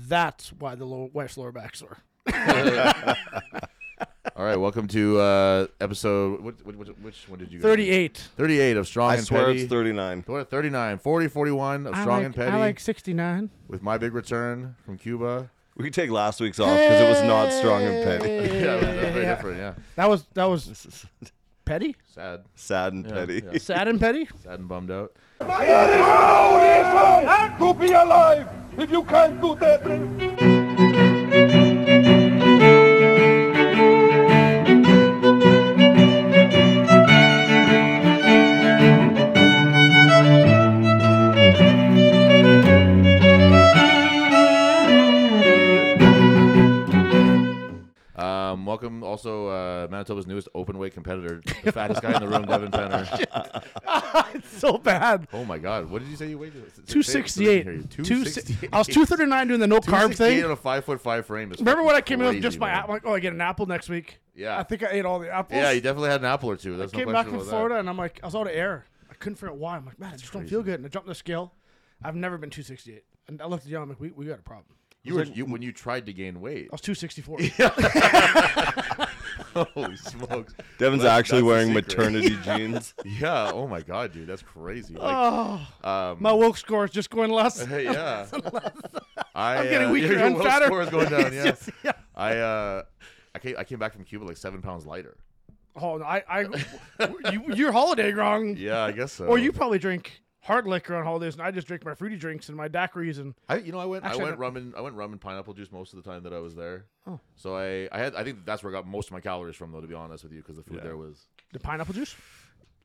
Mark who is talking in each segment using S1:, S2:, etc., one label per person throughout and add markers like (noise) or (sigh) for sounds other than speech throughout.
S1: That's why the lower, West lower backs are.
S2: (laughs) All right, welcome to uh, episode. What, what, what, which one did you? guys do?
S1: 38.
S2: 38 of Strong
S3: I
S2: and
S3: swear
S2: Petty.
S3: it's 39.
S2: What, 39, 40, 41 of
S1: I
S2: Strong
S1: like,
S2: and Petty
S1: I like 69.
S2: with my big return from Cuba.
S3: We could take last week's
S2: Oh,
S3: off because it was not strong and petty.
S2: (laughs) Yeah, it was- it was very
S1: Yeah.
S2: different. Yeah,
S1: That was that was petty,
S2: sad,
S3: (laughs) Sad and
S2: Yeah,
S3: petty.
S2: yeah.
S1: sad and
S2: (laughs)
S1: petty.
S2: sad and bummed out.
S4: to be alive if you can't do that.
S2: Um, welcome also uh, Manitoba's newest open weight competitor, the fattest guy in the room, Devin Penner.
S1: it's so bad.
S2: Oh my God, what did you say you weighed? Say it so they can hear you.
S1: 268. Two si-
S2: 268.
S1: I was
S2: (laughs)
S1: 239 doing the no carb
S2: 268
S1: thing.
S2: on a five foot five frame. is
S1: Remember
S2: fucking
S1: when I came in with
S2: crazy,
S1: just my
S2: man.
S1: apple? Like, oh, I get an apple next week.
S2: Yeah.
S1: I think I ate all the apples.
S2: Yeah, you definitely had an apple or two. That's no
S1: came back
S2: question
S1: from
S2: about
S1: Florida
S2: That.
S1: and I'm like, I was out of air. I couldn't figure out why. I'm like, man, I just don't feel good. And I jumped the scale. I've never been 268. And I looked at John. I'm like, we, we got a problem.
S2: You were you, when you tried to gain weight.
S1: I was
S2: (laughs)
S1: 264. Oh. (laughs)
S2: Holy smokes!
S3: Devin's
S2: That's-
S3: actually
S2: that's the
S3: wearing
S2: secret.
S3: maternity jeans.
S2: (laughs) Yeah. Oh my God, dude, that's crazy. Like,
S1: oh,
S2: um,
S1: my woke score is just going less. (laughs)
S2: Hey, yeah. I,
S1: I'm getting
S2: uh,
S1: weaker
S2: (laughs) your
S1: and
S2: will
S1: fatter.
S2: Score is going
S1: (laughs)
S2: down.
S1: It's
S2: (laughs) Yeah.
S1: just- yeah.
S2: I uh, I came I came back from Cuba like seven pounds lighter.
S1: Oh, no, I, I, you, you're holiday wrong.
S2: Yeah, I guess so.
S1: Or you probably drink hard liquor on holidays, and I just drink my fruity drinks and my daiquiris. And
S2: I, you know, I went,
S1: Actually, I
S2: I went
S1: don't-
S2: rum and I went rum and pineapple juice most of the time that I was there.
S1: Oh.
S2: So I, I had, I think that's where I got most of my calories from, though, to be honest with you, because the food
S3: Yeah.
S2: there was
S1: the pineapple juice.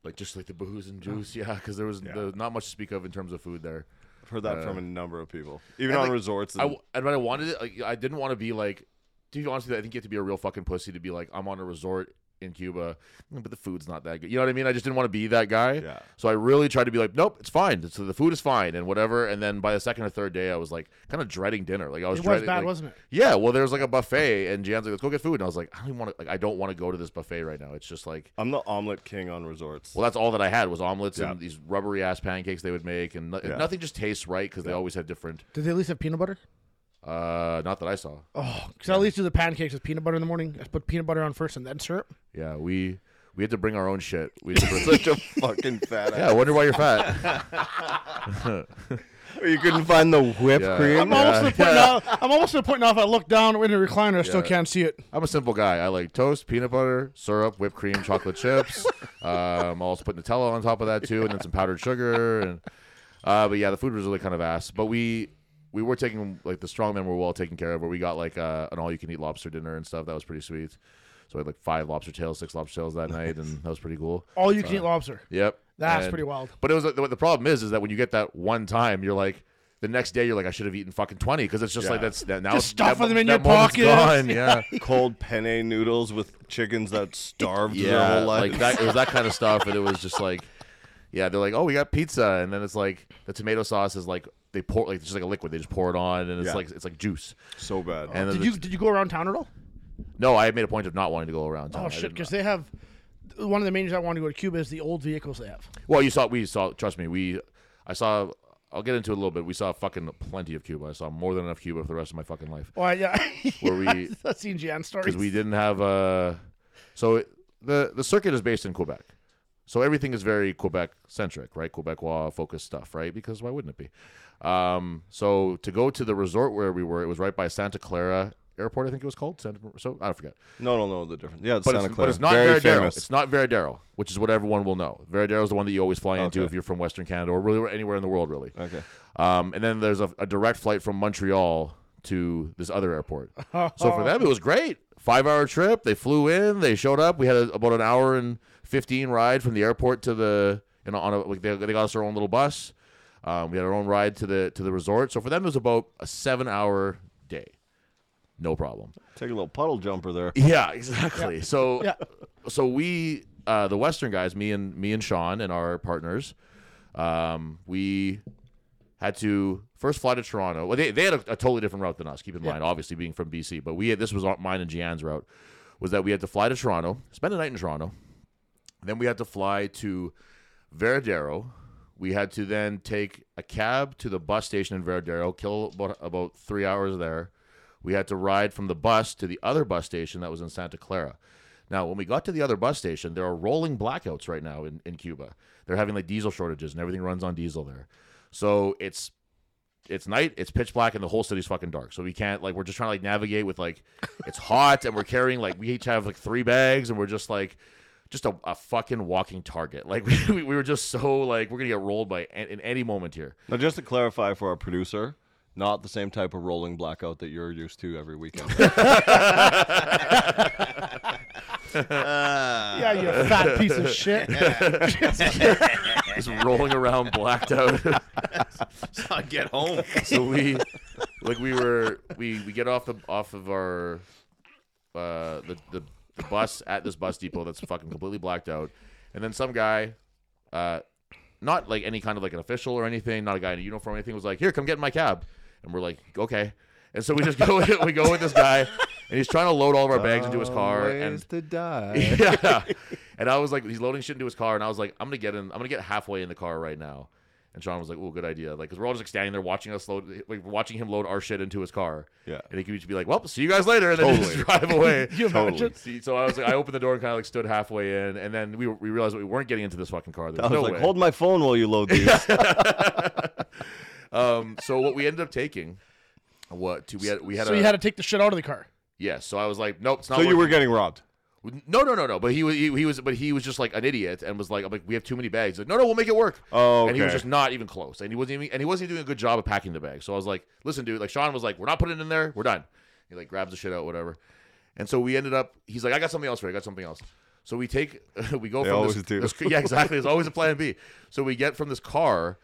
S2: like just like the booze and juice, (laughs) yeah, because there was there was not much to speak of in terms of food there.
S3: I've heard that
S2: Uh,
S3: from a number of people, even
S2: and,
S3: on
S2: like,
S3: resorts.
S2: I,
S3: and-
S2: w- and when I wanted it, like, I didn't want to be like, to be honest with you, I think you have to be a real fucking pussy to be like, I'm on a resort in Cuba, mm, but the food's not that good. You know what I mean? I just didn't want to be that guy.
S3: Yeah.
S2: So I really tried to be like, nope, it's fine. So the food is fine and whatever. And then by the second or third day, I was like, kind of dreading dinner. Like I was
S1: It was
S2: dreading,
S1: bad,
S2: like-
S1: wasn't it?
S2: Yeah. Well, there was like a buffet, and Jan's like, let's go get food, and I was like, I don't even want to. Like I don't want to go to this buffet right now. It's just like
S3: I'm the omelet king on resorts.
S2: well, that's all that I had was omelets
S3: Yeah.
S2: and these rubbery ass pancakes they would make, and no-
S3: Yeah.
S2: nothing just tastes right because they always have different.
S1: Did they at least have peanut butter?
S2: Uh, not that I saw.
S1: Oh, because I at least do the pancakes with peanut butter in the morning. I put peanut butter on first and then syrup.
S2: Yeah, we we had to bring our own shit. We had to
S3: (laughs)
S2: bring, (laughs)
S3: Such a fucking fat
S2: yeah, I
S3: ass.
S2: wonder why you're fat.
S3: You couldn't find the whipped
S2: Yeah.
S3: cream.
S1: I'm
S2: I'm
S1: almost to the point now. I'm almost to the point now. If I look down in the recliner, I still
S2: Yeah.
S1: can't see it.
S2: I'm a simple guy. I like toast, peanut butter, syrup, whipped cream,
S1: (laughs)
S2: chocolate chips. Um, I also put Nutella on top of that too, and then some powdered sugar. And uh, but yeah, the food was really kind of ass. But we we were taking like the strongmen were well taken care of. Where we got like uh, an all-you-can-eat lobster dinner and stuff. That was pretty sweet. So I had like five lobster tails, six lobster tails that night, and that was pretty cool.
S1: All you can eat lobster.
S2: Yep.
S1: That's
S2: And-
S1: pretty wild.
S2: But it was the, the problem is, is that when you get that one time, you're like, the next day you're like, I should have eaten fucking twenty because it's just like
S3: Yeah.
S2: that's that now
S1: Just
S2: that
S1: stuffing
S2: mo-
S1: them in
S2: that
S1: your
S2: moment's
S1: pockets. (laughs)
S2: Gone. Yeah,
S3: Cold penne noodles with chickens that starved their
S2: yeah,
S3: whole life.
S2: like that. It was that kind of stuff, and it was just like, yeah, they're like, oh, we got pizza, and then it's like the tomato sauce is like they pour like it's just like a liquid, they just pour it on, and it's
S3: Yeah.
S2: like it's like juice.
S3: so bad.
S2: And then
S1: Did
S2: the-
S1: you did you go around town at all?
S2: no, I made a point of not wanting to go around. Town.
S1: Oh
S2: I
S1: shit!
S2: didn't-
S1: Because they have one of the main reasons I want to go to Cuba is the old vehicles they have.
S2: Well, you saw we saw. Trust me, we I saw. I'll get into it a little bit. We saw fucking plenty of Cuba. I saw more than enough Cuba for the rest of my fucking life.
S1: Oh I- yeah, (laughs)
S2: Were we-
S1: I've seen Jan stories.
S2: because we didn't have uh so it- the the circuit is based in Quebec. So everything is very Quebec centric, right? Quebecois focused stuff, right? Because why wouldn't it be? Um, so to go to the resort where we were, it was right by Santa Clara Airport, I think it was called. Santa, so I forget.
S3: no, no, no, the difference. Yeah, it's
S2: But,
S3: Santa
S2: it's,
S3: Clara.
S2: but it's not
S3: Very
S2: Veradero.
S3: famous.
S2: It's not Veradero, which is what everyone will know. Veradero is the one that you always fly into
S3: Okay.
S2: if you're from Western Canada or really anywhere in the world, really.
S3: Okay.
S2: Um, and then there's a, a direct flight from Montreal to this other airport. so for them, it was great. Five hour trip. They flew in. They showed up. We had a, about an hour and fifteen ride from the airport to the you know on a like they, they got us our own little bus. Um, we had our own ride to the to the resort. So for them, it was about a seven hour day. No problem.
S3: Take a little puddle jumper there.
S2: Yeah, exactly. So
S1: Yeah.
S2: so we uh, the Western guys, me and me and Sean and our partners, um, we had to first fly to Toronto. Well, they, they had a, a totally different route than us. Keep in mind, obviously being from BC, but we had, this was our, mine and Gian's route was that we had to fly to Toronto, spend the night in Toronto, then we had to fly to Veradero, We had to then take a cab to the bus station in Veradero, kill about, about three hours there. We had to ride from the bus to the other bus station that was in Santa Clara. Now, when we got to the other bus station, there are rolling blackouts right now in, in Cuba. They're having like diesel shortages and everything runs on diesel there. So it's it's night, it's pitch black, and the whole city's fucking dark. So we can't like we're just trying to like navigate with like it's hot and we're carrying like we each have like three bags and we're just like just a, a fucking walking target. Like (laughs) we, we were just so like we're gonna get rolled by an, in any moment here.
S3: Now, just to clarify for our producer, not the same type of rolling blackout that you're used to every weekend.
S1: yeah, you fat piece of
S2: (laughs)
S1: shit.
S2: Just rolling around blacked out.
S5: (laughs) So get home.
S2: so we like we were we we get off the off of our uh the, the the bus at this bus depot that's fucking completely blacked out and then some guy uh not like any kind of like an official or anything not a guy in a uniform or anything was like here come get in my cab and we're like okay and so we just go (laughs) with, we go with this guy and he's trying to load all of our bags into his
S5: Oh,
S2: car and
S6: to (laughs) die.
S2: yeah. (laughs) And I was like, he's loading shit into his car, and I was like, I'm gonna get in. I'm gonna get halfway in the car right now. And Sean was like, "Oh, good idea." Like, because we're all just like, standing there watching us load, like watching him load our shit into his car.
S3: Yeah.
S2: And he could just be like, "Well, see you guys later," and then just drive
S3: (laughs)
S2: away.
S1: you imagine?
S2: See, so I was like, I opened the door and kind of like stood halfway in, and then we we realized we weren't getting into this fucking car. There
S3: I
S2: was
S3: was
S2: no
S3: like,
S2: way.
S3: hold my phone while you load these.
S2: um. So what we ended up taking, what to, we had we had
S1: So
S2: a,
S1: you had to take the shit out of the car.
S2: yeah. So I was like, nope, it's not.
S3: so you were
S2: working."
S3: getting robbed.
S2: no no no no. But he was he, he was but he was just like an idiot and was like, I'm like we have too many bags. Like no no we'll make it work.
S3: Oh,
S2: and he was
S3: okay.
S2: just not even close, and he wasn't even and he wasn't even doing a good job of packing the bag. So I was like, listen, dude, like Sean was like, we're not putting it in there, we're done. He like grabs the shit out, whatever. And so we ended up. He's like, I got something else for you. I got something else. So we take, (laughs) we go
S3: They
S2: from
S3: always
S2: this,
S3: do.
S2: this- Yeah, exactly. There's always a plan B. So we get from this car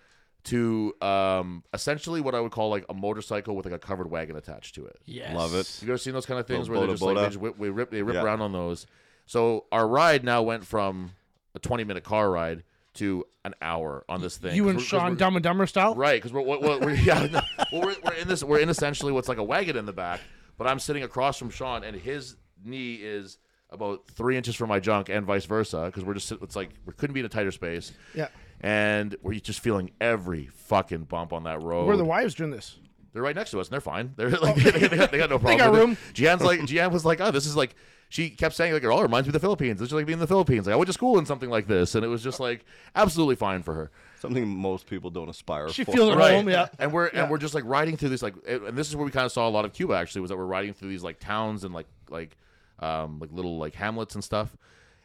S2: to um essentially what I would call like a motorcycle with like a covered wagon attached to it.
S1: Yes.
S3: Love it.
S2: You ever seen those kind of things
S3: Little
S2: where they
S3: boda
S2: just like
S3: boda.
S2: they, just whip, we rip they rip
S3: Yeah.
S2: around on those? So our ride now went from a twenty minute car ride to an hour on this thing.
S1: You
S2: 'Cause
S1: and
S2: we're- 'cause
S1: Sean
S2: we're-
S1: Dumb and Dumber style.
S2: right? Because we're, we're, we're, we're- yeah, (laughs) no, well, we're, we're in this we're in essentially what's like a wagon in the back, but I'm sitting across from Sean and his knee is about three inches from my junk and vice versa because we're just sit- it's like we couldn't be in a tighter space.
S1: Yeah.
S2: And we're just feeling every fucking bump on that road.
S1: Where are the wives doing this?
S2: They're right next to us, and they're fine. (laughs) They're like, they, they got, they
S1: (laughs)
S2: got no problem.
S1: Oh. got
S2: with it.
S1: room. (laughs)
S2: Gian's like, Gian was like, oh, this is like. She kept saying like, it all reminds me of the Philippines. It's just like being in the Philippines. Like I went to school in something like this, and it was just like absolutely fine for her.
S3: Something most people don't aspire
S1: She
S3: for.
S6: (laughs)
S1: feels at home. Yeah.
S2: And we're and we're just like riding through this like, and this is where we kind of saw a lot of Cuba actually was that we're riding through these like towns and like like um like little like hamlets and stuff.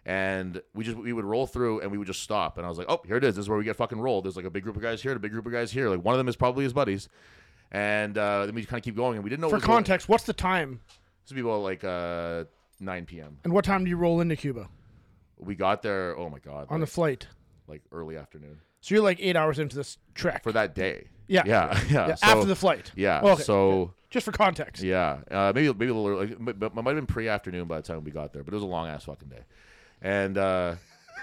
S2: And we just we would roll through and we would just stop. And I was like, oh, here it is. This is where we get fucking rolled. There's like a big group of guys here and a big group of guys here. Like one of them is probably his buddies. And uh, then we kind of keep going, and we didn't know
S1: For
S2: what was going-
S1: context, what's the time
S2: This would be about like uh, 9 p.m.
S1: and what time do you roll into Cuba
S2: We got there. Oh my god,
S1: on the
S2: like,
S1: flight?
S2: like early afternoon
S1: So you're like eight hours into this trek.
S2: for that day.
S1: Yeah.
S2: yeah, (laughs) yeah.
S1: Yeah,
S2: So-
S1: after the flight.
S2: yeah.
S1: Okay.
S2: So
S1: Just for context.
S2: yeah, uh, maybe maybe a little. Like, but, but it might have been pre-afternoon by the time we got there. But it was a long ass fucking day, and uh,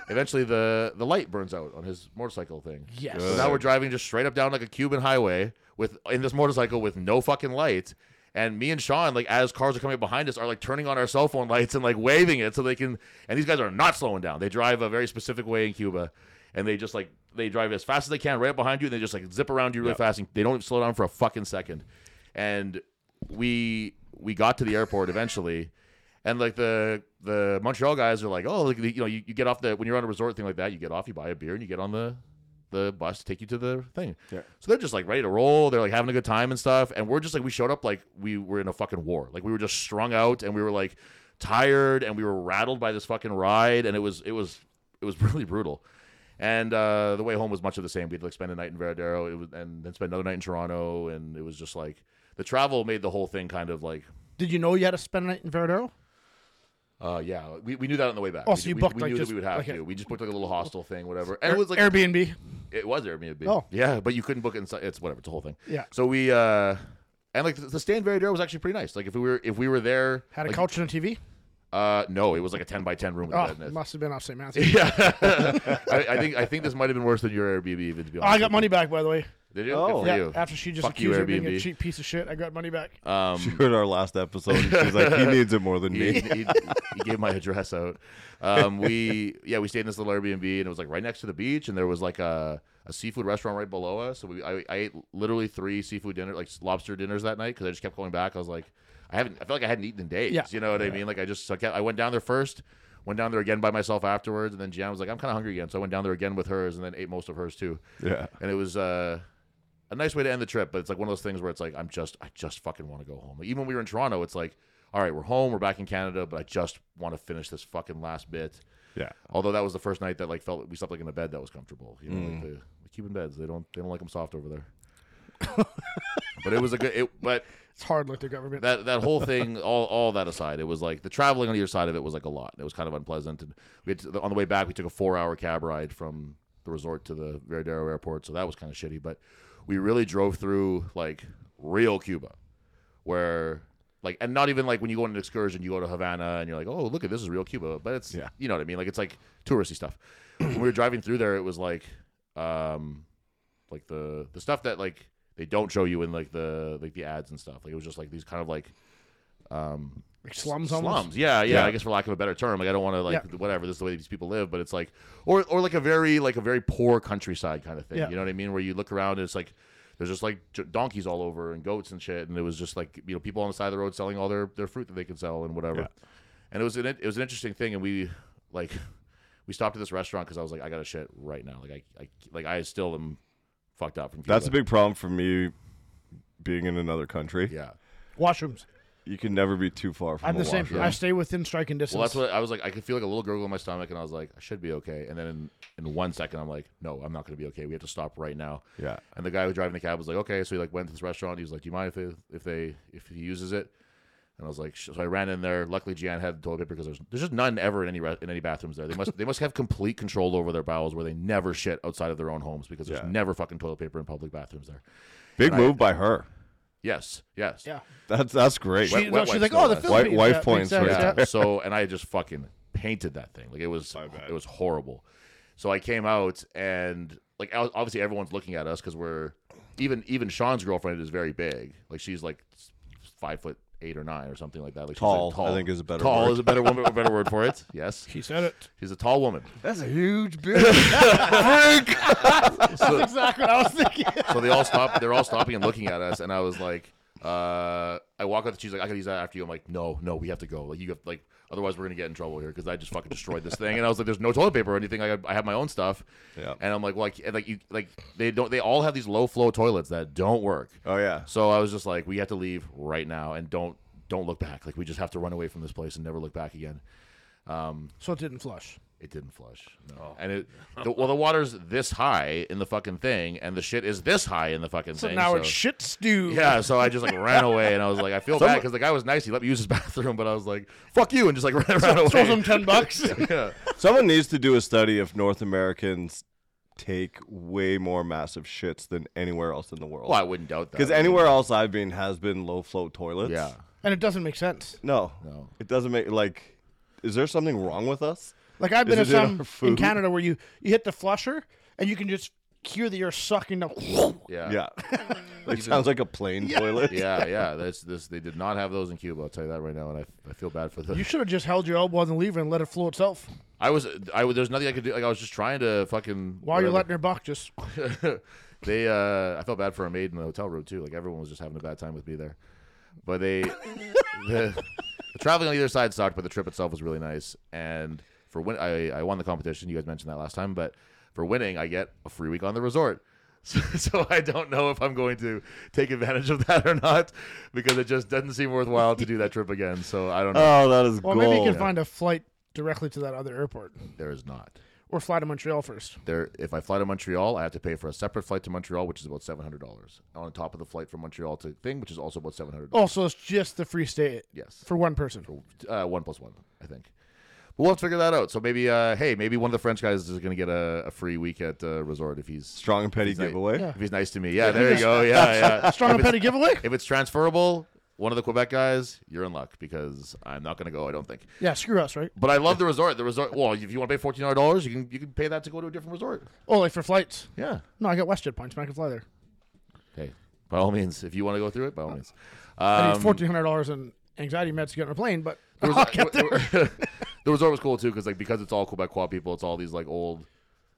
S2: eventually the the light burns out on his motorcycle thing.
S1: Yes.
S2: So now we're driving just straight up down like a Cuban highway with in this motorcycle with no fucking lights. And me and Sean, like as cars are coming up behind us, are like turning on our cell phone lights and like waving it so they can. And these guys are not slowing down. They drive a very specific way in Cuba, and they just like they drive as fast as they can right up behind you, and they just like zip around you really fast, and they don't slow down for a fucking second. And we we got to the airport eventually, and like the the Montreal guys are like, oh, like the, you know, you, you get off the when you're on a resort thing like that, you get off, you buy a beer, and you get on the the bus to take you to the thing.
S3: Yeah.
S2: So they're just like ready to roll. They're like having a good time and stuff. And we're just like we showed up like we were in a fucking war. Like we were just strung out and we were like tired and we were rattled by this fucking ride and it was it was it was (laughs) really brutal. And uh, the way home was much of the same. We'd like spend a night in Veradero, it was, and then spend another night in Toronto, and it was just like the travel made the whole thing kind of like
S1: Did you know you had to spend a night in Veradero?
S2: uh, yeah, we, we knew that on the way back.
S1: Oh,
S2: we,
S1: so
S2: did-
S1: you
S2: we,
S1: booked,
S2: we
S1: like,
S2: knew
S1: just
S2: that we would have
S1: like a-
S2: to. We just booked like a little hostel thing, whatever. And it was like
S1: Airbnb.
S2: it was Airbnb.
S1: Oh.
S2: yeah, but you couldn't book it. Inside. It's whatever. It's a whole thing.
S1: Yeah.
S2: So we uh, and like the, the stay in Veradero was actually pretty nice. Like if we were if we were there,
S1: Had a
S2: like,
S1: couch and a TV.
S2: Uh, no, it was like a ten by ten room with a
S1: Oh,
S2: bed in it.
S1: must have been off St.
S2: (laughs)
S1: Matthew.
S2: Yeah, I, I think I think this might have been worse than your Airbnb even. To be honest,
S1: Oh, I got
S2: with
S1: money back, by the way.
S2: Did you?
S3: Oh.
S2: Good for
S1: Yeah,
S2: you.
S1: after she just
S2: Fuck you,
S1: accused me of being a
S2: Airbnb.
S1: cheap piece of shit, I got money back.
S2: Um,
S6: She heard our last episode. And she's like,
S2: (laughs)
S6: he needs it more than
S2: he,
S6: me.
S2: he, he gave my address out. Um, we yeah, we stayed in this little Airbnb and it was like right next to the beach, and there was like a, a seafood restaurant right below us. So we I, I ate literally three seafood dinner like lobster dinners that night because I just kept going back. I was like, I haven't. I felt like I hadn't eaten in days.
S1: Yeah.
S2: You know what I mean? Like I just so I, kept, I went down there first. Went down there again by myself afterwards, and then Jan was like, "I'm kind of hungry again," so I went down there again with hers, and then ate most of hers too.
S6: Yeah.
S2: and it was uh, a nice way to end the trip, but it's like one of those things where it's like I'm just I just fucking want to go home. Like, even when we were in Toronto, it's like, all right, we're home, we're back in Canada, but I just want to finish this fucking last bit.
S6: Yeah.
S2: Although that was the first night that like felt we slept like in a bed that was comfortable. You know, like the, the Cuban beds they don't they don't like them soft over there. (laughs) but it was a good. It, but
S1: It's hard like the government.
S2: that that whole thing, all all that aside, it was like the traveling on either side of it was like a lot. It was kind of unpleasant. And we had to, on the way back, we took a four hour cab ride from the resort to the Veradero airport, so that was kind of shitty. But we really drove through like real Cuba, where like and not even like when you go on an excursion, you go to Havana and you're like, oh look at this is real Cuba, but it's
S6: Yeah.
S2: you know what I mean, like it's like touristy stuff. (clears throat) when we were driving through there, it was like. um like the the stuff that like they don't show you in like the like the ads and stuff. Like it was just like these kind of like um
S1: Like slums,
S2: slums.
S1: almost.
S2: Yeah, yeah,
S6: Yeah.
S2: I guess for lack of a better term. Like I don't want to like whatever, this is the way these people live, but it's like or or like a very like a very poor countryside kind of thing.
S1: Yeah.
S2: You know what I mean? Where you look around and it's like there's just like j- donkeys all over and goats and shit and it was just like you know people on the side of the road selling all their their fruit that they could sell and whatever.
S6: Yeah.
S2: And it was an it was an interesting thing and we like (laughs) we stopped at this restaurant because I was like I got to shit right now. Like I, I like I still am fucked up from
S6: That's
S2: Cuba.
S6: a big problem for me being in another country.
S2: Yeah.
S1: Washrooms.
S6: You can never be too far from
S1: I'm
S6: a
S1: the same.
S6: washroom.
S1: I stay within striking distance.
S2: Well, that's what I was like. I could feel like a little gurgle in my stomach, and I was like, I should be okay. And then in, in one second, I'm like, no, I'm not going to be okay. We have to stop right now.
S6: Yeah.
S2: And the guy who was driving the cab was like, okay. So he like went to this restaurant. He was like, do you mind if they, if they if he uses it? And I was like, sh- so I ran in there. Luckily, Gian had toilet paper because there's there's just none ever in any re- in any bathrooms there. They must they must have complete control over their bowels where they never shit outside of their own homes because there's
S6: Yeah.
S2: never fucking toilet paper in public bathrooms there.
S6: Big
S2: I-
S6: move by her.
S2: Yes, yes,
S1: Yeah.
S6: That's that's great.
S1: She,
S2: Wet-
S1: no,
S2: wet
S1: she's
S2: wipes,
S1: like,
S2: no
S1: oh, the
S2: less.
S1: Philippines.
S6: White- white
S1: Yeah, makes
S6: points
S1: sense,
S6: right
S1: yeah.
S6: there.
S2: yeah. so and I just fucking painted that thing. Like it was it was horrible. So I came out and like o- obviously everyone's looking at us because we're even even Sean's girlfriend is very big. Like she's like s- five foot eight or nine or something like that. Like she's, like,
S3: Tall, I think is a better
S2: tall
S3: word.
S2: is a better woman a better word for
S3: (laughs)
S2: it. Yes,
S1: She said it.
S2: she's a tall woman.
S6: That's a huge
S1: (laughs)
S2: (laughs)
S6: bitch.
S1: That's exactly what I was thinking.
S2: So they all stop. They're all stopping and looking at us, and I was like, uh, I walk up to she's like, I could use that after you. I'm like, no, no, we have to go. Like you have like, otherwise we're gonna get in trouble here because I just fucking destroyed this thing. And I was like, there's no toilet paper or anything. I, I have my own stuff.
S6: Yeah.
S2: And I'm like, well, I ca- like you like they don't. They all have these low flow toilets that don't work.
S6: oh yeah.
S2: So I was just like, we have to leave right now and don't don't look back. Like we just have to run away from this place and never look back again.
S1: So it didn't flush.
S2: It didn't flush. No. And it the, well, the water's this high in the fucking thing, and the shit is this high in the fucking
S1: So
S2: thing.
S1: now
S2: so.
S1: it's shit stew.
S2: Yeah, so I just like ran away, and I was like, I feel bad because the guy was nice. He let me use his (laughs) bathroom, but I was like, "Fuck you," and just like (laughs) ran, ran away.
S1: Throws him ten bucks.
S2: (laughs) yeah.
S6: Someone needs to do a study if North Americans take way more massive shits than anywhere else in the world.
S2: Well, I wouldn't doubt that.
S6: Because anywhere else I've been has been low flow toilets.
S2: yeah,
S1: and it doesn't make sense.
S6: No.
S2: No.
S6: It doesn't make like is there something wrong with us?
S1: Like I've been at
S6: Is it in
S1: some
S6: our
S1: in
S6: food?
S1: Canada where you you hit the flusher and you can just hear the air sucking up.
S2: Uh, yeah,
S6: Yeah. it (laughs) sounds like a plain
S2: (laughs)
S6: toilet.
S2: yeah, yeah. That's this. They did not have those in Cuba. I'll tell you that right now, and I, I feel bad for them.
S1: You should have just held your elbow on the lever and let it flow itself
S2: I was I was- there's nothing I could do. Like I was just trying to fucking
S1: while you're
S2: whatever.
S1: letting your buck just.
S2: (laughs) they uh I felt bad for our maid in the hotel room too. Like everyone was just having a bad time with me there. But they the, the traveling on either side sucked, but the trip itself was really nice. And for win I, I won the competition. You guys mentioned that last time, but for winning I get a free week on the resort. (laughs) So, so I don't know if I'm going to take advantage of that or not because it just doesn't seem worthwhile to do that trip again. So I don't know.
S6: (laughs) Oh, that is
S1: Well,
S6: gold.
S1: maybe you can find a flight directly to that other airport
S2: there is not.
S1: or fly to Montreal first.
S2: there if I fly to Montreal, I have to pay for a separate flight to Montreal, which is about seven hundred dollars. On top of the flight from Montreal to thing, which is also about seven hundred. dollars
S1: Oh, so it's just the free stay
S2: Yes,
S1: for one person.
S2: uh, one plus one, I think. But we'll have to figure that out. So maybe, uh, hey, maybe one of the French guys is going to get a, a free week at uh, resort if he's
S6: strong and petty
S2: He's like-
S6: giveaway.
S1: Yeah.
S2: if he's nice to me. Yeah, there you
S1: (laughs)
S2: go. Yeah, yeah.
S1: Strong and
S2: if, it's,
S1: petty
S2: (laughs)
S1: giveaway.
S2: if it's transferable, one of the Quebec guys, you're in luck because I'm not going to go. I don't think.
S1: Yeah, screw us, right?
S2: But I love the resort. The resort. Well, if you want to pay fourteen hundred dollars, you can you can pay that to go to a different resort.
S1: Oh, like for flights.
S2: Yeah.
S1: No, I got WestJet points. but I can fly there.
S2: Hey, by all means, if you want to go through it, by all means.
S1: I
S2: Um,
S1: need fourteen hundred dollars in anxiety meds to get on a plane, but (laughs)
S2: there was,
S1: I'll get there.
S2: (laughs) there was always cool too because like because it's all Quebecois people, it's all these like old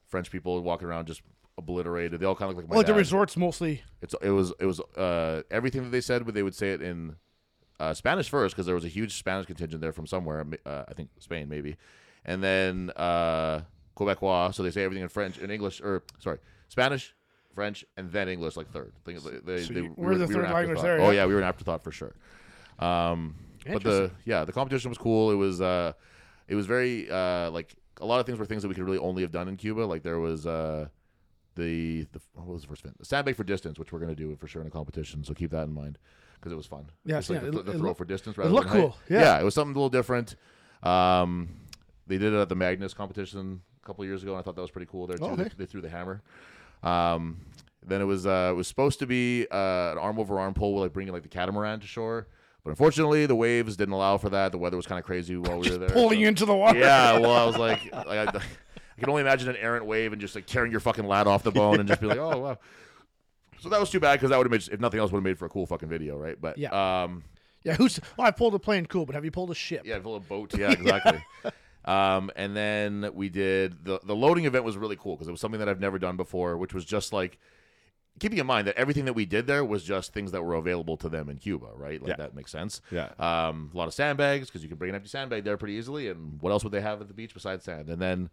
S2: French people walking around just obliterated. They all kind of look like my
S1: Like the
S2: dad.
S1: resorts mostly.
S2: It's it was it was uh, everything that they said, but they would say it in uh, Spanish first because there was a huge Spanish contingent there from somewhere. ma- Uh, I think Spain maybe, and then uh, Quebecois. So they say everything in French and English, or sorry, Spanish, French, and then English like third. Think of the- they-
S1: So
S2: they-
S1: you-
S2: we
S1: we're
S2: were-
S1: the
S2: we were an
S1: third language
S2: afterthought.
S1: there,
S2: Oh
S1: yeah.
S2: yeah, we were an afterthought for sure. Um, but the
S1: Interesting.
S2: yeah, the competition was cool. It was uh, it was very uh, like a lot of things were things that we could really only have done in Cuba. Like there was uh the the what was the first event? The sandbag for distance, which we're gonna do for sure in a competition. So keep that in mind because it was fun.
S1: Yeah,
S2: Just like
S1: yeah,
S2: the,
S1: it
S2: th-
S1: loo-
S2: the
S1: it
S2: throw
S1: loo-
S2: for distance.
S1: it
S2: Rather
S1: looked
S2: than height.
S1: cool, yeah.
S2: it was something a little different. Um, they did it at the Magnus competition a couple years ago, and I thought that was pretty cool. There too,
S1: Okay.
S2: they, they threw the hammer. Um, then it was uh, it was supposed to be uh, an arm over arm pull, like bringing like the catamaran to shore. But unfortunately, the waves didn't allow for that. The weather was kind of crazy while we were there.
S1: Pulling
S2: so-
S1: you into the (laughs) water.
S2: yeah, well, I was like, like I, (laughs) I can only imagine an errant wave and just like tearing your fucking lad off the bone and just be like, oh wow. So that was too bad because that would have made, if nothing else, would have made for a cool fucking video, right? But
S1: Yeah.
S2: um,
S1: Yeah, who's? Well, I pulled a plane, cool, but have you pulled a ship?
S2: yeah, fill a boat. Yeah, exactly. um, and then we did the the loading event was really cool because it was something that I've never done before, which was just like keeping in mind that everything that we did there was just things that were available to them in Cuba, right? Like
S6: Yeah.
S2: that makes sense.
S6: Yeah.
S2: Um, a lot of sandbags because you can bring an empty sandbag there pretty easily. And what else would they have at the beach besides sand? And then,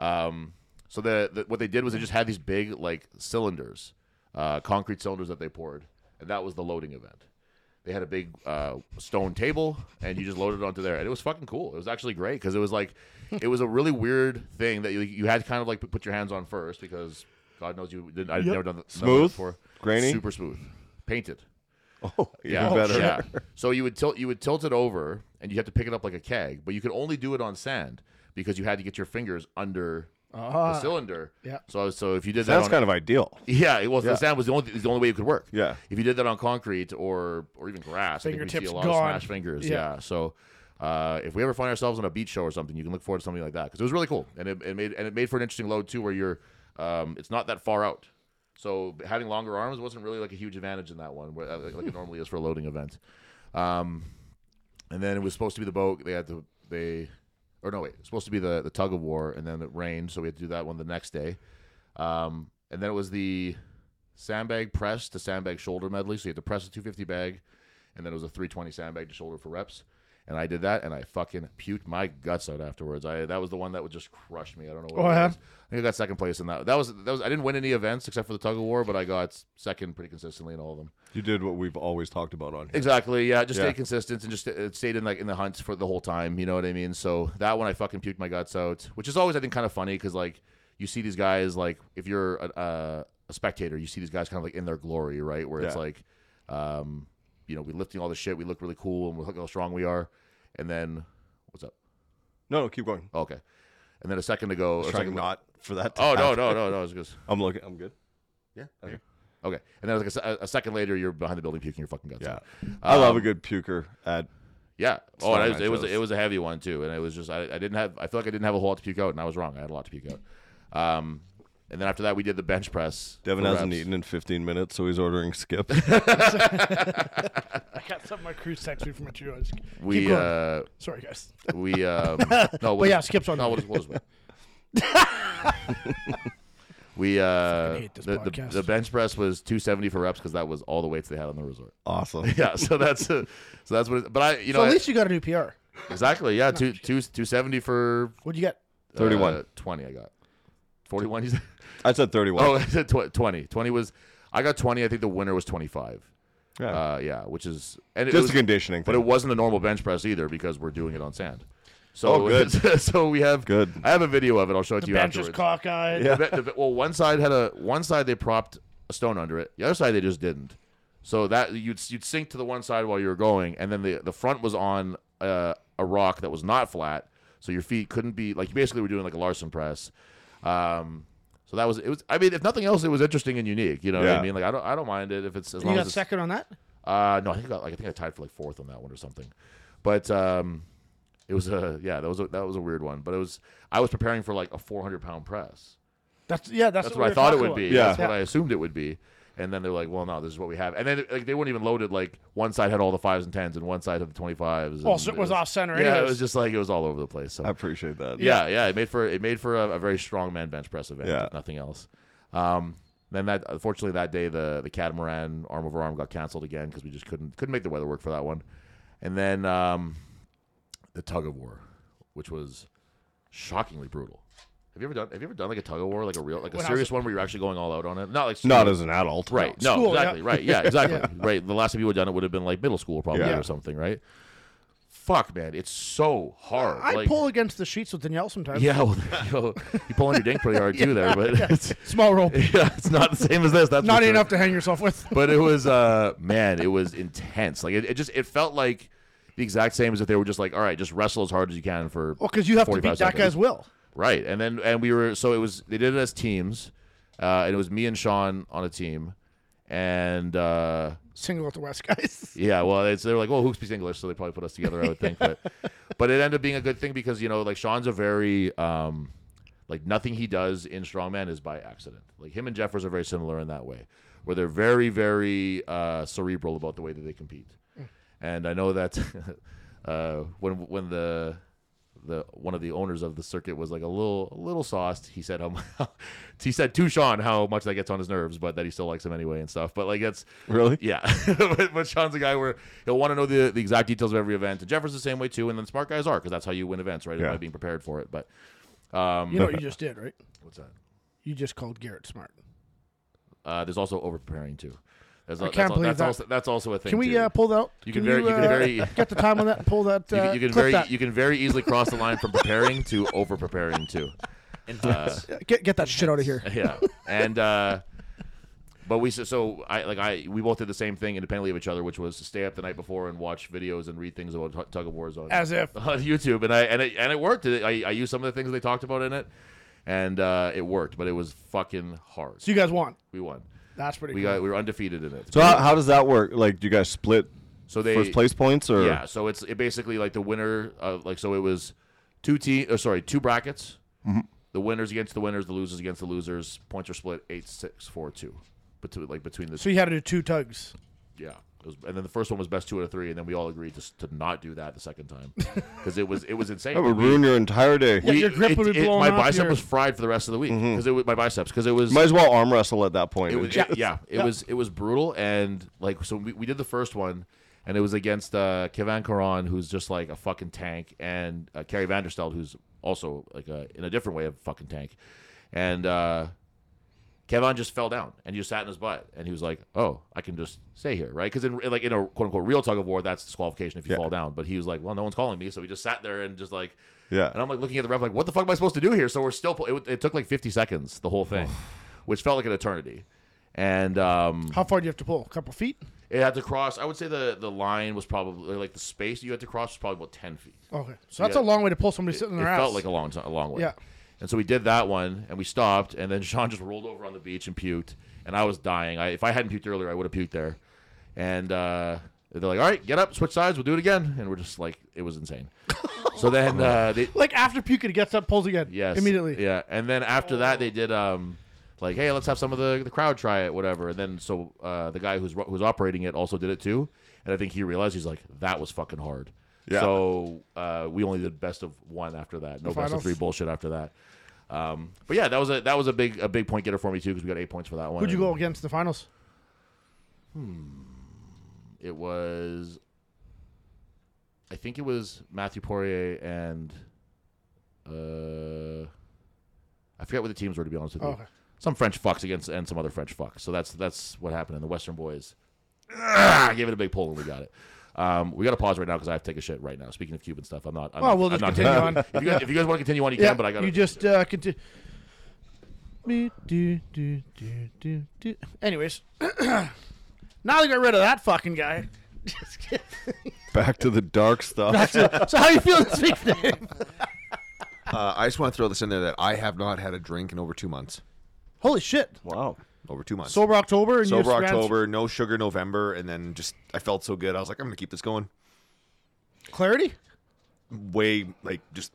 S2: um, so the, the what they did was they just had these big like cylinders, uh, concrete cylinders that they poured, and that was the loading event. They had a big uh, stone table, and you just loaded it onto there, and it was fucking cool. It was actually great because it was like, it was a really weird thing that you, you had to kind of like put your hands on first because God knows you didn't. I'd never done that
S6: Smooth?
S2: before.
S6: Grainy?
S2: super smooth, painted.
S6: Oh, even
S2: Yeah,
S6: better. (laughs)
S2: Yeah. So you would tilt you would tilt it over and you had to pick it up like a keg, but you could only do it on sand because you had to get your fingers under the cylinder.
S1: yeah.
S2: So so if you did
S6: That's
S2: that on,
S6: kind of ideal.
S2: (laughs) yeah, it was
S6: Yeah.
S2: the sand was the only the only way you could work.
S6: Yeah.
S2: If you did that on concrete or or even grass, I think we'd see
S1: Fingertips
S2: a lot
S1: gone.
S2: of smashed fingers.
S1: Yeah.
S2: Yeah. So uh, if we ever find ourselves on a beach show or something, you can look forward to something like that because it was really cool and it, it made and it made for an interesting load too, where you're um, it's not that far out. So having longer arms wasn't really like a huge advantage in that one, where, uh, like it normally is for a loading event. Um, and then it was supposed to be the boat. They had to they, or no wait, it was supposed to be the the tug of war, and then it rained, so we had to do that one the next day. Um, and then it was the sandbag press to sandbag shoulder medley. So you had to press a 250 bag, and then it was a 320 sandbag to shoulder for reps. And I did that, and I fucking puked my guts out afterwards. I that was the one that would just crush me. I don't know. What
S1: Oh,
S2: it
S1: yeah?
S2: was. I think I got second place in that. That was that was. I didn't win any events except for the tug of war, but I got second pretty consistently in all of them.
S6: You did what we've always talked about on here.
S2: Exactly. Yeah, just
S6: Yeah.
S2: stay consistent and just uh, stayed in like in the hunts for the whole time. You know what I mean? So that one I fucking puked my guts out, which is always I think kind of funny because like you see these guys like if you're a, a, a spectator, you see these guys kind of like in their glory, right? Where it's
S6: Yeah.
S2: like, um, you know, we lifting all the shit, we look really cool, and look how strong we are, and then what's up?
S6: No, no, keep going.
S2: Oh, okay, and then a second ago, a
S6: Trying
S2: second-
S6: (laughs) not for that. to
S2: Oh no
S6: happen.
S2: no no no! It's just
S6: I'm looking. I'm good.
S2: okay, and then like a se- a, a second later, you're behind the building puking your fucking guts.
S6: Yeah,
S2: out.
S6: I love
S2: Um,
S6: a good puker at
S2: Yeah. oh, and
S6: not
S2: I
S6: my
S2: was, it was
S6: choice.
S2: it was a heavy one too, and it was just I, I didn't have I feel like I didn't have a whole lot to puke out, and I was wrong. I had a lot to puke out. Um, and then after that, we did the bench press.
S6: Devin
S2: for
S6: hasn't
S2: reps.
S6: eaten in 15 minutes, so he's ordering
S2: (laughs)
S6: skip.
S1: I got some of my crew text me from Montreal. Just keep
S2: We
S1: going.
S2: uh,
S1: Sorry, guys.
S2: we
S1: (laughs)
S2: um, no,
S1: But yeah, Skip's on
S2: No,
S1: there.
S2: we'll just, we'll just wait.
S1: (laughs)
S2: we uh,
S1: hate this
S2: the, the,
S1: podcast.
S2: the bench press was 270 for reps because that was all the weights they had on the resort. (laughs)
S6: awesome.
S2: Yeah, so that's uh, so that's what. It, but I, you know,
S1: so
S2: I-
S1: at least you got a new PR.
S2: exactly. Yeah, two, two, 270 for
S1: What'd you get?
S2: uh,
S6: 31.
S2: 20 I got 41. You said.
S6: I said 31.
S2: Oh, I said (laughs) tw- 20. 20 was, I got 20. I think the winner was 25.
S6: yeah.
S2: Uh, yeah, which is, and it
S6: Oh. Just
S2: was,
S6: a conditioning
S2: but
S6: thing.
S2: it wasn't a normal bench press either because we're doing it on sand. So,
S6: Oh,
S2: (laughs)
S6: good.
S2: so we have,
S6: Good.
S2: I have a video of it. I'll show it
S1: The
S2: to you
S1: bench was
S2: afterwards.
S1: cockeyed.
S2: The be- the be- well, one side had a, one side they propped a stone under it. The other side they just didn't. So that you'd, you'd sink to the one side while you were going. And then the, the front was on uh, a rock that was not flat. So your feet couldn't be like, you basically were doing like a Larson press. Um, so that was it. Was I mean, if nothing else, it was interesting and unique. You know what
S6: Yeah.
S2: I mean? Like I don't, I don't mind it if it's as
S1: You
S2: long
S1: got
S2: as it's,
S1: second on that?
S2: Uh, no, I think I, like, I think I tied for like fourth on that one or something. But um, it was a yeah, that was a, that was a weird one. But it was I was preparing for like a 400 pound press.
S1: That's yeah. That's,
S2: That's what I
S1: we
S2: thought it
S1: were
S2: would
S1: talking
S2: be.
S1: about.
S6: Yeah.
S2: That's what I assumed it would be. And then they're like, well, no, this is what we have. And then like they weren't even loaded. Like one side had all the fives and tens, and one side had the twenty fives.
S1: Oh, so it was off center
S2: Yeah, it
S1: anyways.
S2: was just like it was all over the place. So
S6: I appreciate that.
S2: yeah, yeah. It made for it made for a, a very strong man bench press event.
S6: Yeah.
S2: if nothing else. Um, then that unfortunately that day the the catamaran arm over arm got canceled again because we just couldn't couldn't make the weather work for that one. And then um, the tug of war, which was shockingly brutal. Have you ever done? Have you ever done like a tug of war, like a real, like a
S1: When I was-
S2: serious one where you're actually going all out on it? Not like
S6: Not as an adult.
S2: Right. No,
S1: School, yeah.
S2: exactly. Right. Yeah, exactly. Right. The last time you would have done it would have been like middle school probably
S6: Yeah.
S2: or something, right? Fuck, man. It's so hard.
S1: I
S2: like,
S1: pull against the sheets with Danielle sometimes.
S2: Yeah, well, there you, (laughs) go. you pull on your dink pretty
S1: (laughs)
S2: hard too there, but it's,
S1: Small rope.
S2: yeah, it's not the same as this. That's
S1: Not
S2: for sure.
S1: enough to hang yourself with.
S2: But it was, uh, man, it was intense. Like it, it just, it felt like the exact same as if they were just like, all right, just wrestle as hard as you can for.
S1: (laughs) Well, because you have to
S2: 45
S1: beat that
S2: seconds.
S1: guy's will.
S2: Right. And then and we were so it was they did it as teams. Uh, and it was me and Sean on a team. And uh,
S1: Single out the West
S2: (laughs)
S1: guys.
S2: yeah, well, it's, they were like, "Well, who speaks English?" So they probably put us together, I would think. But, but it ended up being a good thing because you know, like Sean's a very, um, like nothing he does in strongman is by accident. Like him and Jeffers are very similar in that way, where they're very, very uh, cerebral about the way that they compete. And I know that (laughs) uh, when when the the one of the owners of the circuit was like a little a little sauced. He said how mu- (laughs) he said to Sean how much that gets on his nerves, but that he still likes him anyway and stuff. But like that's
S6: Really?
S2: yeah. (laughs) but, but Sean's a guy where he'll want to know the, the exact details of every event. And Jeffers the same way too. And then smart guys are because that's how you win events, right? Is By
S6: Yeah.
S2: being prepared for it. But
S1: You know what you just did, right?
S2: what's that?
S1: You just called Garrett smart.
S2: Uh, there's also over preparing too. That's,
S1: I
S2: al-
S1: can't
S2: that's, al-
S1: believe
S2: that's
S1: that.
S2: Also, that's also a thing.
S1: Can we
S2: too.
S1: uh, pull that out?
S2: You can very- you can
S1: uh,
S2: very-
S1: (laughs) get the time on that and pull that.
S2: (laughs) You,
S1: Uh,
S2: can- you can
S1: clip
S2: very
S1: that.
S2: you can very easily cross the line from preparing to over preparing too. Uh,
S1: get get that shit out of here.
S2: (laughs) Yeah, and uh, but we so- so I like I we both did the same thing independently of each other, which was to stay up the night before and watch videos and read things about tu- tug of wars on
S1: As if.
S2: (laughs) on YouTube, and I and it and it worked. It- I I used some of the things they talked about in it, and uh, it worked, but it was fucking hard.
S1: So you guys won.
S2: we won.
S1: That's pretty.
S2: We
S1: cool.
S2: got we were undefeated in it.
S6: So how, how does that work? Like, do you guys split
S2: So they
S6: first place points or?
S2: Yeah, so it's it basically like the winner of like so it was two team or sorry two brackets.
S6: Mm-hmm.
S2: The winners against the winners, the losers against the losers. Points are split eight six four two, between like between the
S1: so you had to do two tugs.
S2: yeah. It was, and then the first one was best two out of three, and then we all agreed to, s- to not do that the second
S6: (laughs)
S2: time because it was it was insane.
S6: That would
S2: We-
S6: ruin your entire day.
S1: Yeah, your grip
S2: it-
S1: would be
S2: it-
S1: blown
S2: My
S1: off
S2: bicep
S1: your-
S2: was fried for the rest of the week because it was Mm-hmm. my biceps because it was
S6: Might as well arm wrestle at that point.
S2: it was yeah, yeah it was it was brutal and like so we, we did the first one and it was against uh Kevin Karan who's just like a fucking tank and uh, Kerry Vanderstelt who's also like a, in a different way a fucking tank and uh Kevin just fell down and just sat in his butt and he was like oh I can just stay here right because in like in a quote unquote real tug of war that's disqualification if you fall down but he was like well no one's calling me so he just sat there and just like
S6: Yeah.
S2: and I'm like looking at the ref, like, what the fuck am I supposed to do here? So we're still. It, w- it took like 50 seconds, the whole thing, which felt like an eternity. And um,
S1: How far do you have to pull? A couple feet.
S2: it had to cross. I would say the the line was probably like the space you had to cross was probably about 10 feet.
S1: Okay, so that's a
S2: Yeah.
S1: long way to pull somebody sitting in
S2: it
S1: their ass.
S2: felt like a long time, a long way.
S1: Yeah.
S2: And so we did that one, and we stopped, and then (laughs) Sean just rolled over on the beach and puked, and I was dying. I, if I hadn't puked earlier, I would have puked there. And uh, they're like, "All right, get up, switch sides, we'll do it again." And we're just like, it was
S1: (laughs)
S2: insane. so then uh, they,
S1: Like after puke, it gets up, pulls again.
S2: Yes.
S1: immediately.
S2: Yeah. And then after that, they did um, like, hey, let's have some of the, the crowd try it, whatever. And then so uh, the guy who's who's operating it also did it too, and I think he realized he's like, that was fucking hard.
S6: Yeah.
S2: So uh, we only did best of one after that. No best of
S1: finals.
S2: three bullshit after that. Um, but yeah, that was a that was a big a big point getter for me too because we got eight points for that one.
S1: Who'd you
S2: And
S1: go against in the finals?
S2: It was, I think it was Matthew Poirier and, uh, I forget what the teams were to be honest with you.
S1: Oh, Okay.
S2: Some French fucks against and some other French fucks. So that's that's what happened. And the Western boys, I gave it a big pull and we got it. Um, we got to pause right now because I have to take a shit right now. Speaking of Cuban stuff, I'm not. I'm
S1: Well,
S2: not,
S1: we'll
S2: I'm
S1: just
S2: not-
S1: continue on.
S2: (laughs) If you, guys, if you guys want to continue on, you can. But I got
S1: you
S2: to.
S1: just uh, continue. Me do do do do do. Anyways, (clears throat) now they got rid of that fucking guy. Just kidding.
S6: Back to the dark stuff.
S1: (laughs) so how you feeling this week, Dave?
S5: Uh, I just want to throw this in there that I have not had a drink in over two months.
S1: Holy shit!
S6: wow.
S5: Over two months.
S1: Sober October and you
S5: Sober
S1: just ran
S5: October, no sugar November, and then just I felt so good. I was like, I'm gonna keep this going.
S1: clarity.
S5: Way (clears throat) like just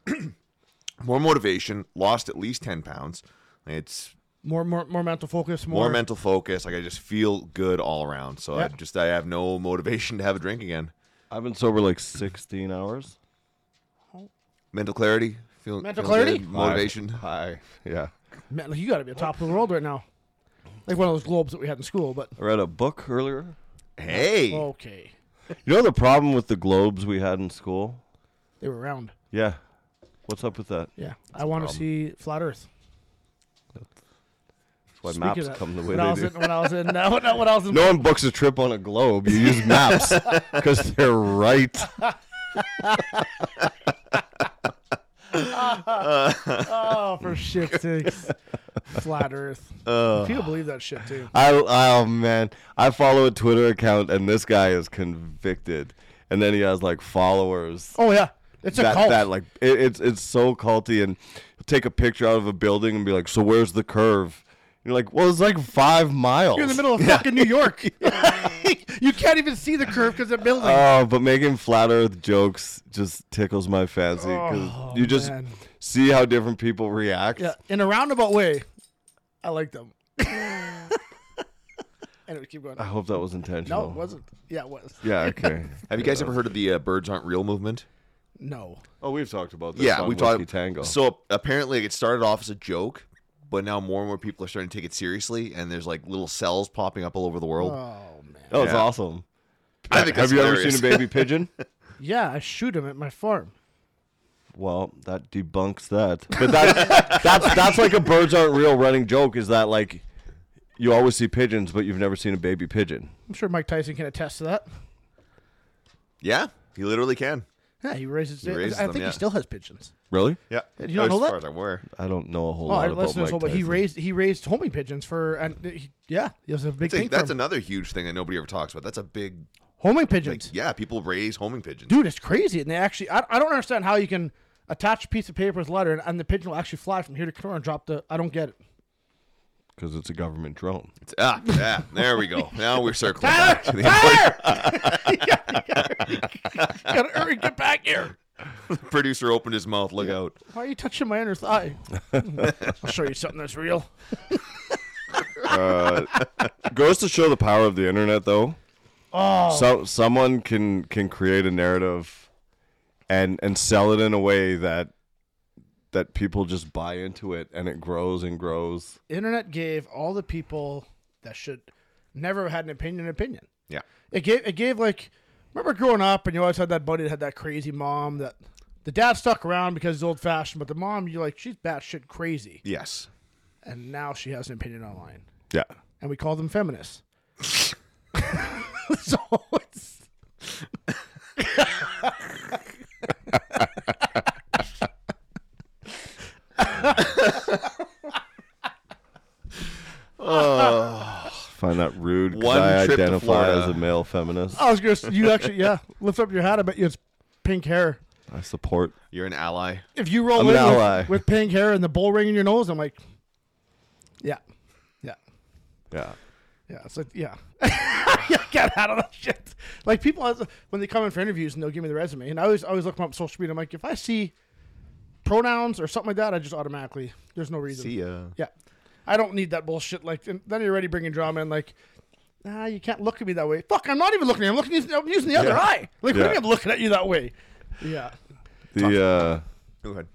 S5: more motivation. Lost at least ten pounds. It's
S1: More, more, more mental focus. More,
S5: More mental focus. Like I just feel good all around. So I
S1: Yeah.
S5: just I have no motivation to have a drink again.
S6: I've been sober like 16 hours.
S5: Mental clarity. Feel,
S1: Mental
S5: feel good,
S1: clarity?
S5: motivation.
S6: Hi. Yeah.
S1: Man, like, you got to be at the top of the world right now. Like one of those globes that we had in school. But
S6: I read a book earlier.
S5: Hey,
S1: okay,
S6: You know the problem with the globes we had in school?
S1: they were round.
S6: Yeah. What's up with that?
S1: Yeah, I
S6: Um,
S1: want to see flat Earth.
S6: That's why
S1: Speaking
S6: maps
S1: of-
S6: come the way
S1: when I
S6: they
S1: was
S6: do.
S1: in, when I was in, (laughs) uh, when, I- when I was in,
S6: no one books a trip on a globe. You
S1: (laughs)
S6: use maps because they're right.
S1: oh for shit's sakes, flat Earth. People believe that shit too.
S6: I oh man, I follow a Twitter account and this guy is convicted, and then he has like followers.
S1: Oh yeah, it's a
S6: that,
S1: cult.
S6: that like it, it's it's so culty and he'll take a picture out of a building and be like, so where's the curve? You're like, well, it's like five miles.
S1: You're
S6: (laughs)
S1: in the middle of fucking New York. (laughs) you can't even see the curve because they're building.
S6: Oh, but making flat Earth jokes just tickles my fancy because
S1: Oh,
S6: you just
S1: man.
S6: see how different people react.
S1: yeah, in a roundabout way, I like them. anyway, keep going.
S6: I hope that was
S1: No,
S6: intentional.
S1: it wasn't. Yeah, it was.
S6: Ah, Yeah. Okay.
S1: (laughs)
S5: have you guys ever heard of the uh, birds aren't real movement?
S1: No.
S6: oh, we've talked about this.
S5: yeah,
S6: on
S5: we talked.
S6: Whiskey Tango.
S5: So apparently, it started off as a joke, but now more and more people are starting to take it seriously, and there's like little cells popping up all over the world.
S1: Oh man.
S6: that was
S5: yeah.
S6: awesome.
S5: I think that's
S6: Uh, Have you ever
S5: hilarious.
S6: seen a baby
S5: (laughs)
S6: pigeon?
S1: Yeah, I shoot him at my farm.
S6: Well, that debunks that. But that, that's that's like a birds aren't real running joke. Is that like you always see pigeons, but you've never seen a baby pigeon?
S1: I'm sure Mike Tyson can attest to that.
S5: Yeah, he literally can.
S1: Yeah, he raises.
S5: He raises
S1: I
S5: them,
S1: think
S5: yeah.
S1: he still has pigeons.
S6: Really?
S5: Yeah,
S1: You don't
S5: as
S1: know that?
S5: far as I'm aware.
S6: I don't know a whole
S1: Oh,
S6: lot
S1: I
S6: about
S1: listen
S6: Mike
S1: to this, but he
S6: Tyson.
S1: raised he raised homing pigeons for and uh, he, yeah, he was a big
S5: Think
S1: thing.
S5: that's
S1: for him.
S5: another huge thing that nobody ever talks about. That's a big
S1: homing
S5: like.
S1: pigeons.
S5: Yeah, people raise homing pigeons.
S1: dude, it's crazy. And they actually, I, I don't understand how you can attach a piece of paper with a letter and, and the pigeon will actually fly from here to Kenora and drop the. I don't
S6: (laughs)
S1: get it.
S6: because it's a government drone.
S5: It's- Ah, yeah, there we go. Now we're circling back to the
S6: (laughs)
S1: (laughs) Gotta hurry, get back here.
S5: producer opened his mouth. Look out.
S1: Why are you touching my inner
S6: (laughs)
S1: thigh? I'll show you something that's real.
S6: Goes to show the power of the internet, though. Oh. So someone can can create a narrative, and and sell it in a way that that people just buy into it, and it grows and grows.
S1: Internet gave all the people that should never have had an opinion an opinion.
S5: Yeah.
S1: It gave it gave like remember growing up and you always had that buddy that had that crazy mom that the dad stuck around because he's old fashioned, but the mom you're like she's batshit crazy,
S5: Yes.
S1: and now she has an opinion online.
S6: Yeah.
S1: and we call them feminists. (laughs) so it's
S6: Find that rude. 'cause
S5: One
S6: I
S5: trip to
S6: identify
S5: Florida.
S6: as a male feminist.
S1: I was gonna s- you actually yeah lift up your hat. I bet you it's pink hair.
S6: I support.
S5: You're an ally.
S1: If you roll
S6: I'm
S1: in
S6: an ally.
S1: with, with pink hair and the bull ring in your nose, I'm like, yeah, yeah,
S6: Yeah.
S1: yeah. It's like yeah, (laughs) yeah. Get out of that shit. Like people as- when they come in for interviews and they'll give me the resume, and I always I always look them up on social media. I'm like, if I see pronouns or something like that, I just automatically there's no reason.
S6: (laughs)
S5: ya.
S1: Yeah. I don't need that bullshit. Like, and then you're already bringing drama in, like, nah, you can't look at me that way. Fuck, I'm not even looking at you. I'm looking at you- I'm using the other eye. Like, what do you
S6: Yeah.
S1: mean I'm looking at you that way? Yeah.
S6: The uh,
S5: Go ahead.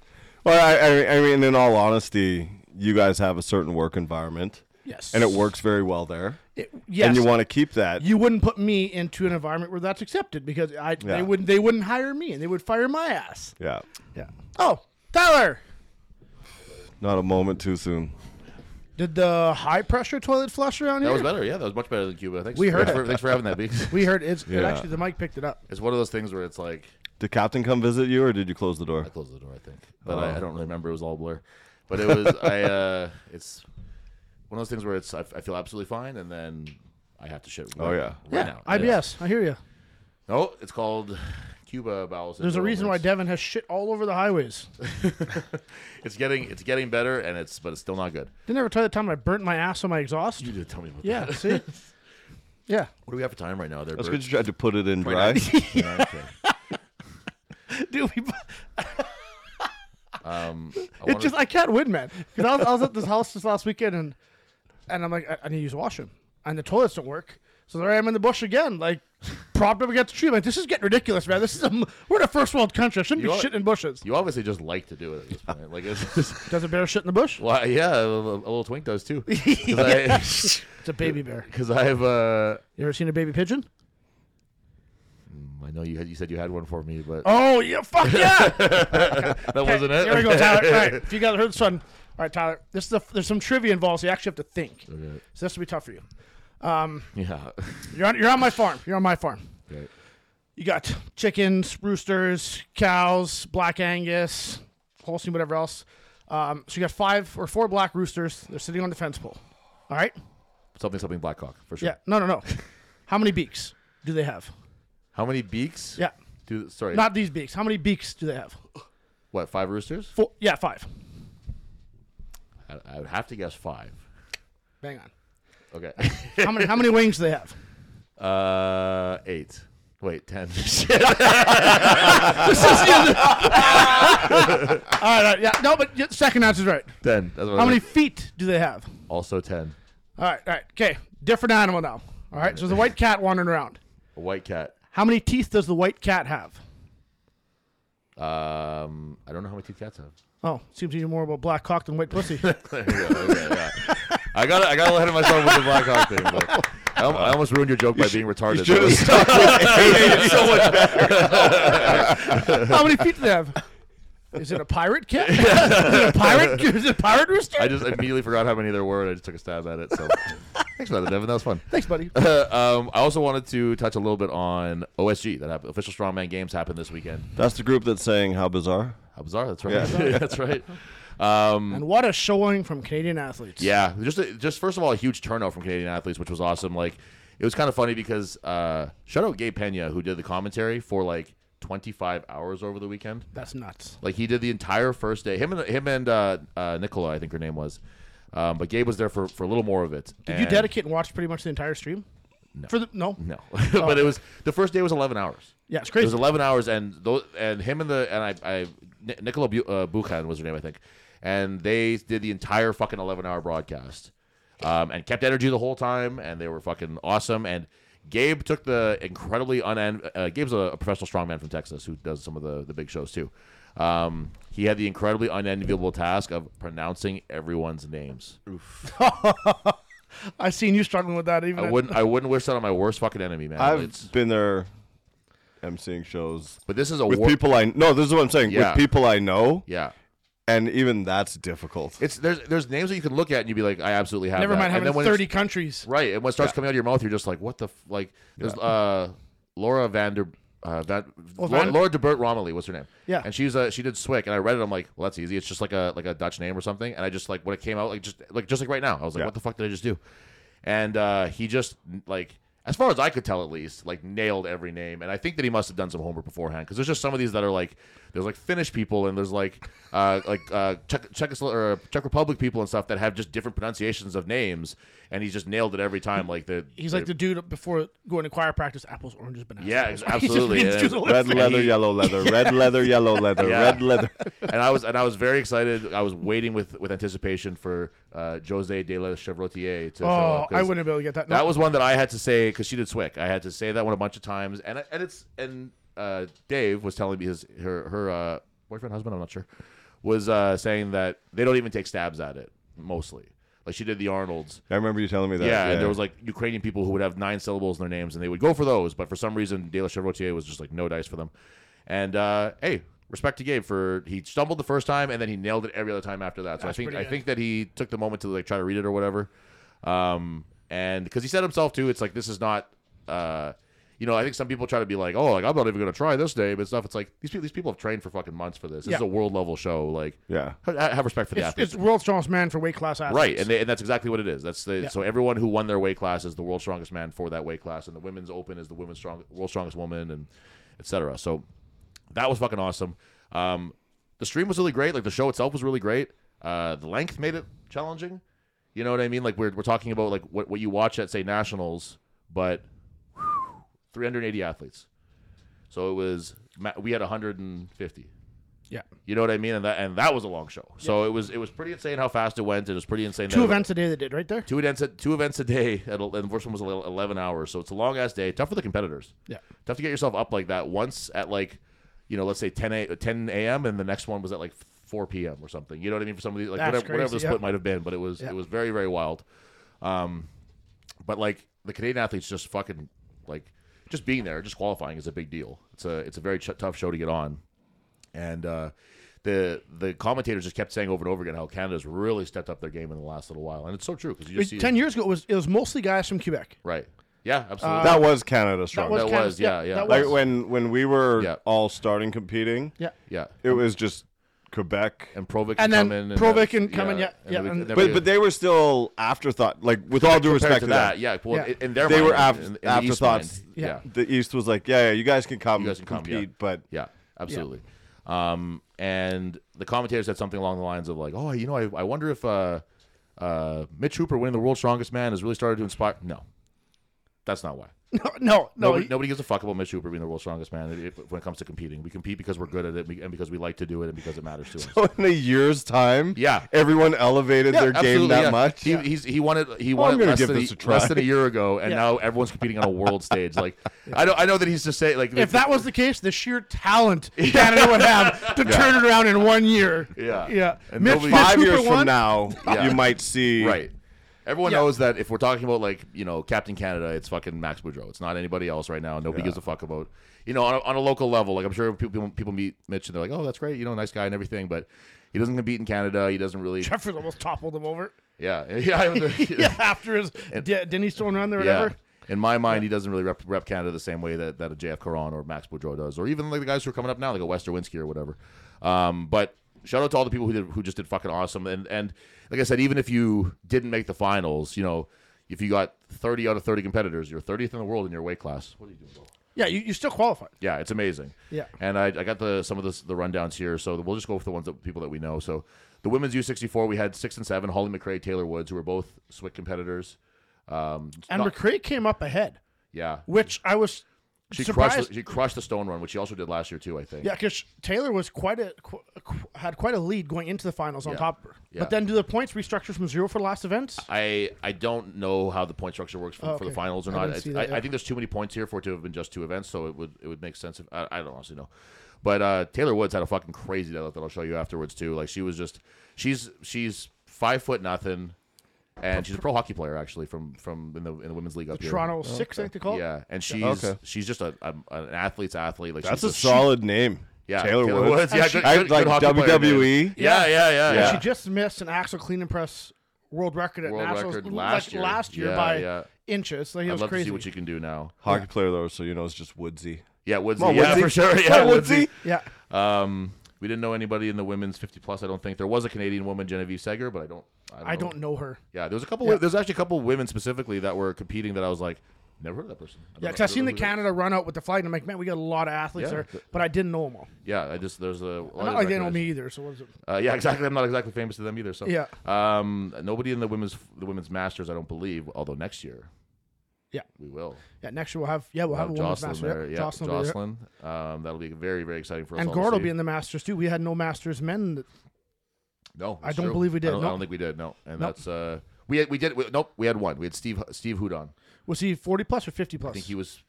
S6: well, I, I, I mean, in all honesty, you guys have a certain work environment,
S1: Yes.
S6: and it works very well there.
S1: It- yes.
S6: And you want to keep that.
S1: You wouldn't put me into an environment where that's accepted because I
S6: Yeah.
S1: they wouldn't they wouldn't hire me and they would fire my ass.
S6: yeah.
S1: Yeah. Oh, Tyler,
S6: Not a moment too soon.
S1: did the high pressure toilet flush around
S2: That
S1: here?
S2: was better. Yeah, that was much better than Cuba. Thanks.
S1: We heard
S2: thanks
S1: it.
S2: For, thanks for having that. Because
S1: we heard it's it
S6: Yeah.
S1: actually the mic picked it up.
S2: it's one of those things where it's like
S6: Did Captain come visit you, or did you close the door?
S2: I closed the door, I think, but
S1: Oh.
S2: I, I don't really remember. It was all blur. But it was I. Uh, (laughs) it's one of those things where it's I, I feel absolutely fine, and then I have to shit. Right,
S6: Oh, yeah.
S1: Yeah.
S2: right now.
S1: IBS, I hear you.
S2: No, it's called Cuba bowels.
S1: There's a reason why Devin has shit all over the highways.
S2: it's getting it's getting better, and it's but it's still not good.
S1: Didn't ever tell you the time I burnt my ass on my exhaust?
S2: You did tell me about
S1: Yeah,
S2: that. (laughs)
S1: see? yeah.
S2: What do we have for time right now? There,
S6: That's
S2: Bert?
S6: because you tried to put it in dry.
S2: (laughs)
S1: (laughs)
S2: Yeah, okay. Um,
S1: Dude, we, it just I can't win, man. Because I was, I was at this house this last weekend, and and I'm like, I, I need to use a washroom, and the toilets don't work. So there I am in the bush again, like propped up against a tree. Like this is getting ridiculous, man. This is a, m- we're in a first world country. I shouldn't
S2: You
S1: be
S2: are-
S1: shitting in bushes.
S2: you obviously just like to do it at this point. Like it's just,
S1: Does a bear shit in the bush?
S2: well, yeah, a, little- a little twink does
S1: (laughs)
S2: too. Because
S1: It's a baby
S2: (laughs)
S1: bear.
S2: I've uh,
S1: You ever seen a baby pigeon?
S2: I know you had you said you had one for me, but
S1: Oh yeah, fuck (laughs) yeah.
S2: that
S1: Okay,
S2: wasn't it.
S1: Here we go, Tyler. All right, if you guys heard this one, all right, Tyler. This is a, there's some trivia involved, so you actually have to think.
S2: Okay.
S1: So this will be tough for you.
S2: (laughs) Yeah.
S1: You're on, you're on my farm. You're on my farm.
S2: Okay.
S1: You got chickens, roosters, cows, black Angus, Holstein, whatever else. Um, so you got five or four black roosters. They're sitting on the fence pole. All right.
S2: Something something Blackhawk for sure.
S1: Yeah. No, no, no. How many beaks do they have?
S2: How many beaks?
S1: Yeah.
S2: Do sorry.
S1: Not these beaks. How many beaks do they have?
S2: what five roosters?
S1: Four. Yeah, five.
S2: I, I would have to guess five.
S1: Bang on.
S2: Okay. (laughs)
S1: How many? How many wings do they have?
S2: uh, eight.
S1: (laughs)
S2: Wait, ten.
S1: All right. all right, yeah. No, but your second answer's right.
S2: ten. That's what
S1: How
S2: I
S1: many
S2: meant.
S1: feet do they have?
S2: Also ten.
S1: All right. All right. Okay. Different animal now. All right. So there's a white cat wandering around.
S2: A white cat.
S1: How many teeth does the white cat have?
S2: Um, I don't know how many teeth cats have.
S1: Oh, seems to be more about black cock than white pussy.
S2: There you go. Okay, yeah. I got I got ahead of myself with the Blackhawk thing. But I, al- I almost ruined your joke by being retarded.
S6: should
S2: (laughs)
S6: have
S2: though.
S5: so much better.
S1: How many feet do they have? Is it a pirate
S2: (laughs)
S1: cat? is it a pirate? Is it a pirate rooster?
S2: I just immediately forgot how many there were, and I just took a stab at it. So thanks for that, Devin. That was fun.
S1: Thanks, buddy.
S2: um, I also wanted to touch a little bit on OSG that happened. Official Strongman Games happened this weekend.
S6: (laughs) That's the group that's saying how bizarre.
S2: How bizarre! That's right. (laughs) that's right. Um,
S1: And what a showing from Canadian athletes.
S2: yeah, just a, just first of all, a huge turnout from Canadian athletes, which was awesome. Like it was kind of funny because uh, shout out Gabe Pena who did the commentary for like 25 hours over the weekend.
S1: That's nuts.
S2: Like he did the entire first day. Him and him and uh, uh, Nicola, I think her name was. Um, but Gabe was there for, for a little more of it.
S1: Did you dedicate and watch pretty much the entire stream? No. For the, no?
S2: (laughs) No, but it was the first day was 11 hours.
S1: Yeah, it's
S2: It
S1: crazy.
S2: was 11 hours, and those and him and the and I, I Ni- Nicola Bu- uh, Buchan was her name, I think, and they did the entire fucking 11 hour broadcast, um, and kept energy the whole time, and they were fucking awesome. And Gabe took the incredibly unan. Uh, Gabe's a, a professional strongman from Texas who does some of the the big shows too. Um, he had the incredibly unenviable task of pronouncing everyone's names.
S1: I've seen you struggling with that even.
S2: I
S1: at-
S2: wouldn't. I wouldn't wish that on my worst fucking enemy, man. It's-
S6: I've been there emceeing shows
S2: but this is a
S6: with
S2: war-
S6: people I no, this is what I'm saying.
S2: Yeah.
S6: With people I know.
S2: Yeah.
S6: And even that's difficult.
S2: It's there's there's names that you can look at and you'd be like, I absolutely have.
S1: Never
S2: that.
S1: mind
S2: and
S1: having
S2: when
S1: 30
S2: it's-
S1: countries.
S2: Right, and when it starts coming out of your mouth, you're just like, what the f-? like? There's uh, Laura Vander. Uh, Van,
S1: Oh,
S2: Laura,
S1: Van-
S2: Laura DeBert Romilly was her name.
S1: Yeah.
S2: and she's uh, she did Swick, and I read it. I'm like, well, that's easy. It's just like a like a Dutch name or something. And I just like when it came out, like just like just like right now, I was like,
S6: Yeah.
S2: what the fuck did I just do? And uh, he just like, as far as I could tell, at least like nailed every name. And I think that he must have done some homework beforehand because there's just some of these that are like there's like Finnish people and there's like uh, like uh, Czech Czechoslo- or Czech Republic people and stuff that have just different pronunciations of names. And he's just nailed it every time. Like the
S1: He's like the dude before going to choir practice apples, oranges, bananas.
S2: Yeah,
S1: He's (laughs)
S2: ex-
S1: just
S2: absolutely,
S1: reading
S2: and-
S1: through the list.
S6: Red leather,
S2: (laughs)
S6: yellow leather, red leather, yellow leather,
S2: Yeah.
S6: red leather. (laughs)
S2: and I was and I was very excited. I was waiting with with anticipation for uh, Jose de la Chevrotier to
S1: (laughs)
S2: show
S1: Oh,
S2: up. 'cause
S1: I wouldn't be able to get that. No.
S2: That was one that I had to say because she did Swick. I had to say that one a bunch of times, and I- and it's and uh, Dave was telling me his her her uh, boyfriend husband I'm not sure was uh, saying that they don't even take stabs at it mostly. Like she did the Arnold's,
S6: I remember you telling me that.
S2: yeah, and there was like Ukrainian people who would have nine syllables in their names, and they would go for those. But for some reason, De La Chevrotier was just like no dice for them. And uh, hey, respect to Gabe for he stumbled the first time, and then he nailed it every other time after that. So I think
S1: pretty
S2: I
S1: good.
S2: think that he took the moment to like try to read it or whatever. Um, and because he said himself too, it's like this is not. Uh, you know, I think some people try to be like, "Oh, like I'm not even going to try this day," but stuff. It's like these people, these people have trained for fucking months for this. This
S1: Yeah.
S2: is a world level show. Like,
S6: Yeah.
S2: ha- have respect for the
S1: it's,
S2: athletes.
S1: it's world's strongest man for weight class athletes.
S2: Right, and, they, and that's exactly what it is. That's the so everyone who won their weight class is the world's strongest man for that weight class, and the women's open is the women's strong world's strongest woman, and etc. So that was fucking awesome. Um, the stream was really great. Like the show itself was really great. Uh, the length made it challenging. You know what I mean? Like we're we're talking about like what what you watch at say nationals, but 380 athletes. So it was ma- we had 150.
S1: Yeah.
S2: You know what I mean? And that and that was a long show. So it was it was pretty insane how fast it went. It was pretty insane.
S1: Two
S2: that-
S1: events a day they did right there.
S2: Two events, two events a day, at, el- and the first one was el- eleven hours. So it's a long ass day. Tough for the competitors.
S1: Yeah.
S2: tough to get yourself up like that once at like, you know, let's say ten a ten a.m. and the next one was at like four p.m. or something. You know what I mean? For some of these, like
S1: That's
S2: whatever, whatever the
S1: crazy,
S2: split
S1: yeah.
S2: might have been, but it was
S1: Yeah.
S2: it was very very wild. Um, but like the Canadian athletes just fucking like just being there, just qualifying is a big deal. It's a it's a very ch- tough show to get on, and uh, the the commentators just kept saying over and over again how Canada's really stepped up their game in the last little while, and it's so true because you just see
S1: Ten years ago, it was it was mostly guys from Quebec.
S2: right, yeah, absolutely.
S1: Uh,
S6: that was Canada strong.
S2: uh, was-
S1: Canada-
S2: was, yeah, yeah.
S1: That was,
S6: like when when we were
S2: Yeah.
S6: all starting competing,
S1: yeah. (laughs)
S2: yeah,
S6: it was just Quebec
S2: and Provic
S1: And then
S2: come in,
S1: Provic
S2: then-
S1: and come in, yeah, yeah,
S2: we-
S1: and-
S2: then
S6: But
S2: we-
S6: but they were still afterthought. Like with all due
S2: compared
S6: respect
S2: to
S6: to
S2: that,
S6: them,
S2: yeah, well,
S1: Yeah.
S2: in their
S6: They
S2: mind,
S6: were af-
S2: in- in the East
S6: afterthoughts.
S2: mind, yeah.
S6: the East was like, yeah, yeah, you guys can come,
S2: You guys can come,
S6: compete, but (laughs)
S2: Yeah, absolutely. Um, and the commentator said something along the lines of like, "Oh, you know, I, I wonder if uh, uh, Mitch Hooper winning the World's Strongest Man has really started to inspire." No, that's not why.
S1: No, no, no.
S2: nobody, nobody gives a fuck about Mitch Hooper being the World's Strongest Man if- when it comes to competing. We compete because we're good at it and because we like to do it and because it matters to us.
S6: in a year's time,
S2: Yeah.
S6: everyone elevated their game
S2: absolutely,
S6: that
S2: yeah.
S6: much.
S2: He, he's, he wanted he
S6: I'm
S2: wanted
S6: gonna
S2: less,
S6: give
S2: than
S6: this
S2: a,
S6: a try.
S2: less than a year ago, and
S1: Yeah.
S2: now everyone's competing on a world stage. Like I know I know that he's just saying like
S1: if that was the
S2: (laughs)
S1: case, the sheer talent Canada would have to turn it around in one year.
S2: Yeah.
S1: yeah.
S2: And nobody-
S1: Mitch
S6: Five
S1: Hooper
S6: years
S1: won.
S6: from now,
S2: Yeah.
S6: you might see
S2: right. Everyone
S1: Yeah.
S2: knows that if we're talking about like you know Captain Canada, it's fucking Max Boudreau. It's not anybody else right now. Nobody gives a fuck about you know on a, on a local level. Like I'm sure people people meet Mitch and they're like, oh, that's great, you know, nice guy and everything, but he doesn't compete in Canada. He doesn't really,
S1: Jeffers almost toppled him over.
S2: yeah, (laughs) yeah.
S1: (laughs) yeah, after his De- Denny Stone run or whatever.
S2: In my mind, he doesn't really rep, rep Canada the same way that, that a JF Caron or Max Boudreau does, or even like the guys who are coming up now, like a Wester Winsky or whatever. Um, but shout out to all the people who did, who just did fucking awesome. And and like I said, even if you didn't make the finals, you know, if you got thirty out of thirty competitors, you're thirtieth in the world in your weight class. What are you doing? Bo?
S1: Yeah, you, you still qualified.
S2: Yeah, it's amazing.
S1: Yeah.
S2: And I, I got the some of the the rundowns here, so we'll just go with the ones that people that we know. So the women's U64, we had six and seven, Holly McRae, Taylor Woods, who were both SWIC competitors. Um,
S1: And
S2: not-
S1: McCrae came up ahead,
S2: yeah,
S1: which I was
S2: she
S1: surprised.
S2: crushed. The, she crushed the stone run, which she also did last year too. I think.
S1: Yeah, because Taylor was quite a qu- qu- had quite a lead going into the finals on
S2: Yeah.
S1: top of her.
S2: Yeah.
S1: But then do the points restructure from zero for the last events?
S2: I, I don't know how the point structure works for,
S1: Oh,
S2: for the
S1: okay.
S2: finals or
S1: I
S2: not.
S1: didn't
S2: It's- I,
S1: see that,
S2: I
S1: yeah.
S2: think there's too many points here for it to have been just two events, so it would it would make sense if I, I don't honestly know. But uh, Taylor Woods had a fucking crazy deadlift that I'll show you afterwards too. Like she was just she's she's five foot nothing, and she's a pro hockey player actually from from in the in the women's league up here.
S1: Toronto six, I think they call it.
S2: Yeah, and she's
S6: Okay.
S2: she's just a, a an athlete's athlete. Like
S6: That's
S2: she's
S6: a solid name.
S2: yeah,
S6: Taylor, Woods.
S2: Yeah,
S1: she-
S2: good,
S6: I-
S2: good,
S6: like E?
S2: good hockey player, dude.
S6: WWE.
S2: Yeah, yeah, yeah.
S1: And
S2: yeah.
S1: she just missed an axle clean and press world record at
S2: World
S1: nationals
S2: record
S1: like,
S2: last year.
S1: last year
S2: Yeah,
S1: by
S2: yeah.
S1: inches. Like it
S2: I'd
S1: was
S2: love
S1: crazy.
S2: to see what you can do now.
S6: Hockey player though, so you know it's just Woodsy.
S2: Yeah, Woodsy.
S6: Come on,
S2: yeah,
S6: Woodsy.
S2: for sure.
S6: Come
S2: Yeah,
S6: on,
S2: Woodsy.
S1: yeah,
S2: Um, we didn't know anybody in the women's 50 plus. I don't think there was a Canadian woman, Genevieve Seger, but I don't. I don't.
S1: I don't know her.
S2: Yeah, there was a couple. There's actually a couple women specifically that were competing that I was like, never heard of that person. I don't
S1: Yeah,
S2: know-
S1: because I seen
S2: don't
S1: the
S2: know who that-
S1: Canada run out with the flag, and I'm like, man, we got a lot of athletes
S2: Yeah.
S1: there, but I didn't know them all.
S2: Yeah, I just there's a. lot
S1: Not
S2: of
S1: like they know
S2: recognize-
S1: me either. So what is it?
S2: Uh, yeah, (laughs) exactly. I'm not exactly famous to them either. So
S1: Yeah.
S2: Um, nobody in the women's the women's masters, I don't believe. Although next year.
S1: Yeah.
S2: We will.
S1: Yeah, next year we'll have yeah we'll have,
S2: We'll
S1: a women's
S2: Jocelyn
S1: master.
S2: there.
S1: Yep,
S2: Yeah,
S1: Jocelyn,
S2: Jocelyn.
S1: will be there.
S2: Um, that'll be very very exciting for us.
S1: and
S2: all to
S1: Gord will
S2: see.
S1: be in the masters too. We had no masters men. that-
S2: No,
S1: I
S2: that's
S1: don't
S2: true.
S1: believe we did,
S2: I don't, I
S1: no.
S2: don't think we did. No, and
S1: Nope.
S2: that's uh, we had, we did. We, nope, we had one. We had Steve Steve Houdon.
S1: Was he 40 plus or 50 plus? Oh,
S2: I think he was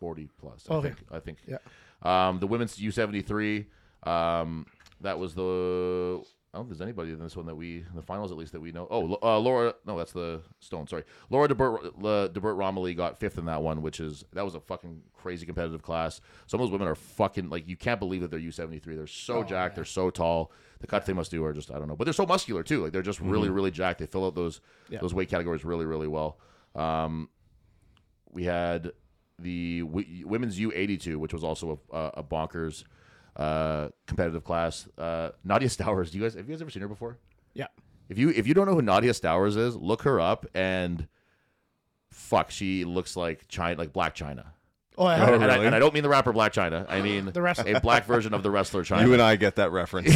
S2: forty plus. I
S1: Okay.
S2: think. I think.
S1: Yeah.
S2: Um, the women's U seventy three. Um, that was the. I don't think there's anybody in this one that we in the finals at least that we know. Oh, uh, Laura. No, that's the Stone. Sorry, Laura DeBert uh, DeBert Romilly got fifth in that one, which is that was a fucking crazy competitive class. Some of those women are fucking like you can't believe that they're U seventy three. They're so
S1: Oh,
S2: jacked. They're so tall. The cuts they must do are just I don't know, but they're so muscular too. Like they're just really
S1: Mm-hmm.
S2: really jacked. They fill out those those weight categories really really well. Um, we had the w- women's U82, which was also a, a, a bonkers uh, competitive class. Uh, Nadia Stowers, do you guys have you guys ever seen her before?
S1: yeah.
S2: If you if you don't know who Nadia Stowers is, look her up and fuck, she looks like China, like Black China.
S1: Oh, I
S2: And,
S1: had
S2: and I,
S6: really?
S2: and I don't mean the rapper Black China. I mean
S1: (laughs) The wrestler.
S2: a black version of the wrestler China.
S6: You and I get
S2: (laughs)
S6: that reference.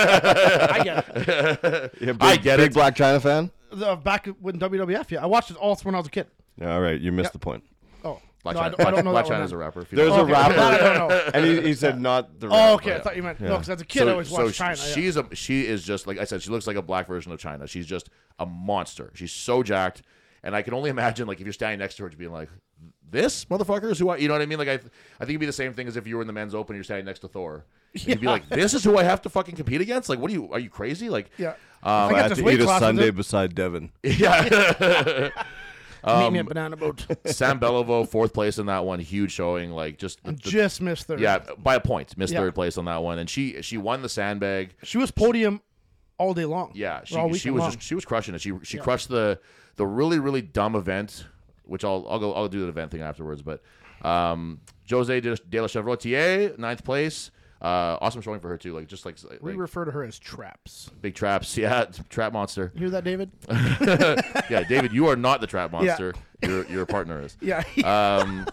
S1: I get it.
S6: Yeah, big,
S2: I get
S6: big
S2: it.
S6: Black China fan.
S1: The, back when WWF, yeah, I watched it all when I was a kid.
S6: Yeah, all right, you missed the point.
S1: Oh,
S2: Black
S1: No, I
S2: China,
S1: don't- I don't know
S2: Black
S1: that one,
S2: China's
S1: man.
S2: a rapper. if you
S6: There's
S2: don't
S6: a
S1: Okay, that I
S6: rapper,
S1: don't
S2: (laughs)
S1: know.
S6: and he, he said not the.
S1: Oh,
S6: rapper.
S1: okay. I thought you meant no, because as a kid, I always watched China.
S2: sh-
S1: yeah.
S2: She's a she is just like I said. She looks like a black version of China. She's just a monster. She's so jacked, and I can only (laughs) imagine like if you're standing next to her, just being like, "This motherfucker is who I." You know what I mean? Like I, I think it'd be the same thing as if you were in the men's open, and you're standing next to Thor. And You'd be like, "This is who I have to fucking compete against." Like, what are you? Are you crazy? Like,
S1: Yeah.
S2: um,
S1: (laughs)
S2: (laughs)
S1: I
S6: I
S1: got
S6: had
S1: this
S6: to
S1: weight
S6: eat a
S1: class.
S6: Sunday
S1: Sunday.
S6: beside Devin.
S2: yeah. um,
S1: Meet me at Banana
S2: (laughs)
S1: Boat.
S2: Sam Beliveau, fourth place in that one, huge showing. Like, just the- the-
S1: Just missed third.
S2: yeah, by a point, missed
S1: Yeah.
S2: third place on that one, and she she won the sandbag.
S1: She was podium all day long.
S2: Yeah,
S1: Or
S2: she,
S1: all
S2: she
S1: weekend
S2: was
S1: long.
S2: just, she was crushing it. She she crushed the the really really dumb event, which I'll I'll go I'll do the event thing afterwards. But um, Jose de, de la Chevrotier, ninth place. Uh, awesome showing for her too. Like just like, like
S1: we refer to her as traps.
S2: big traps. (laughs) Yeah, trap monster.
S1: You hear that, David?
S2: Yeah, David, you are not the trap monster. Your your partner is.
S1: (laughs) yeah.
S2: Um,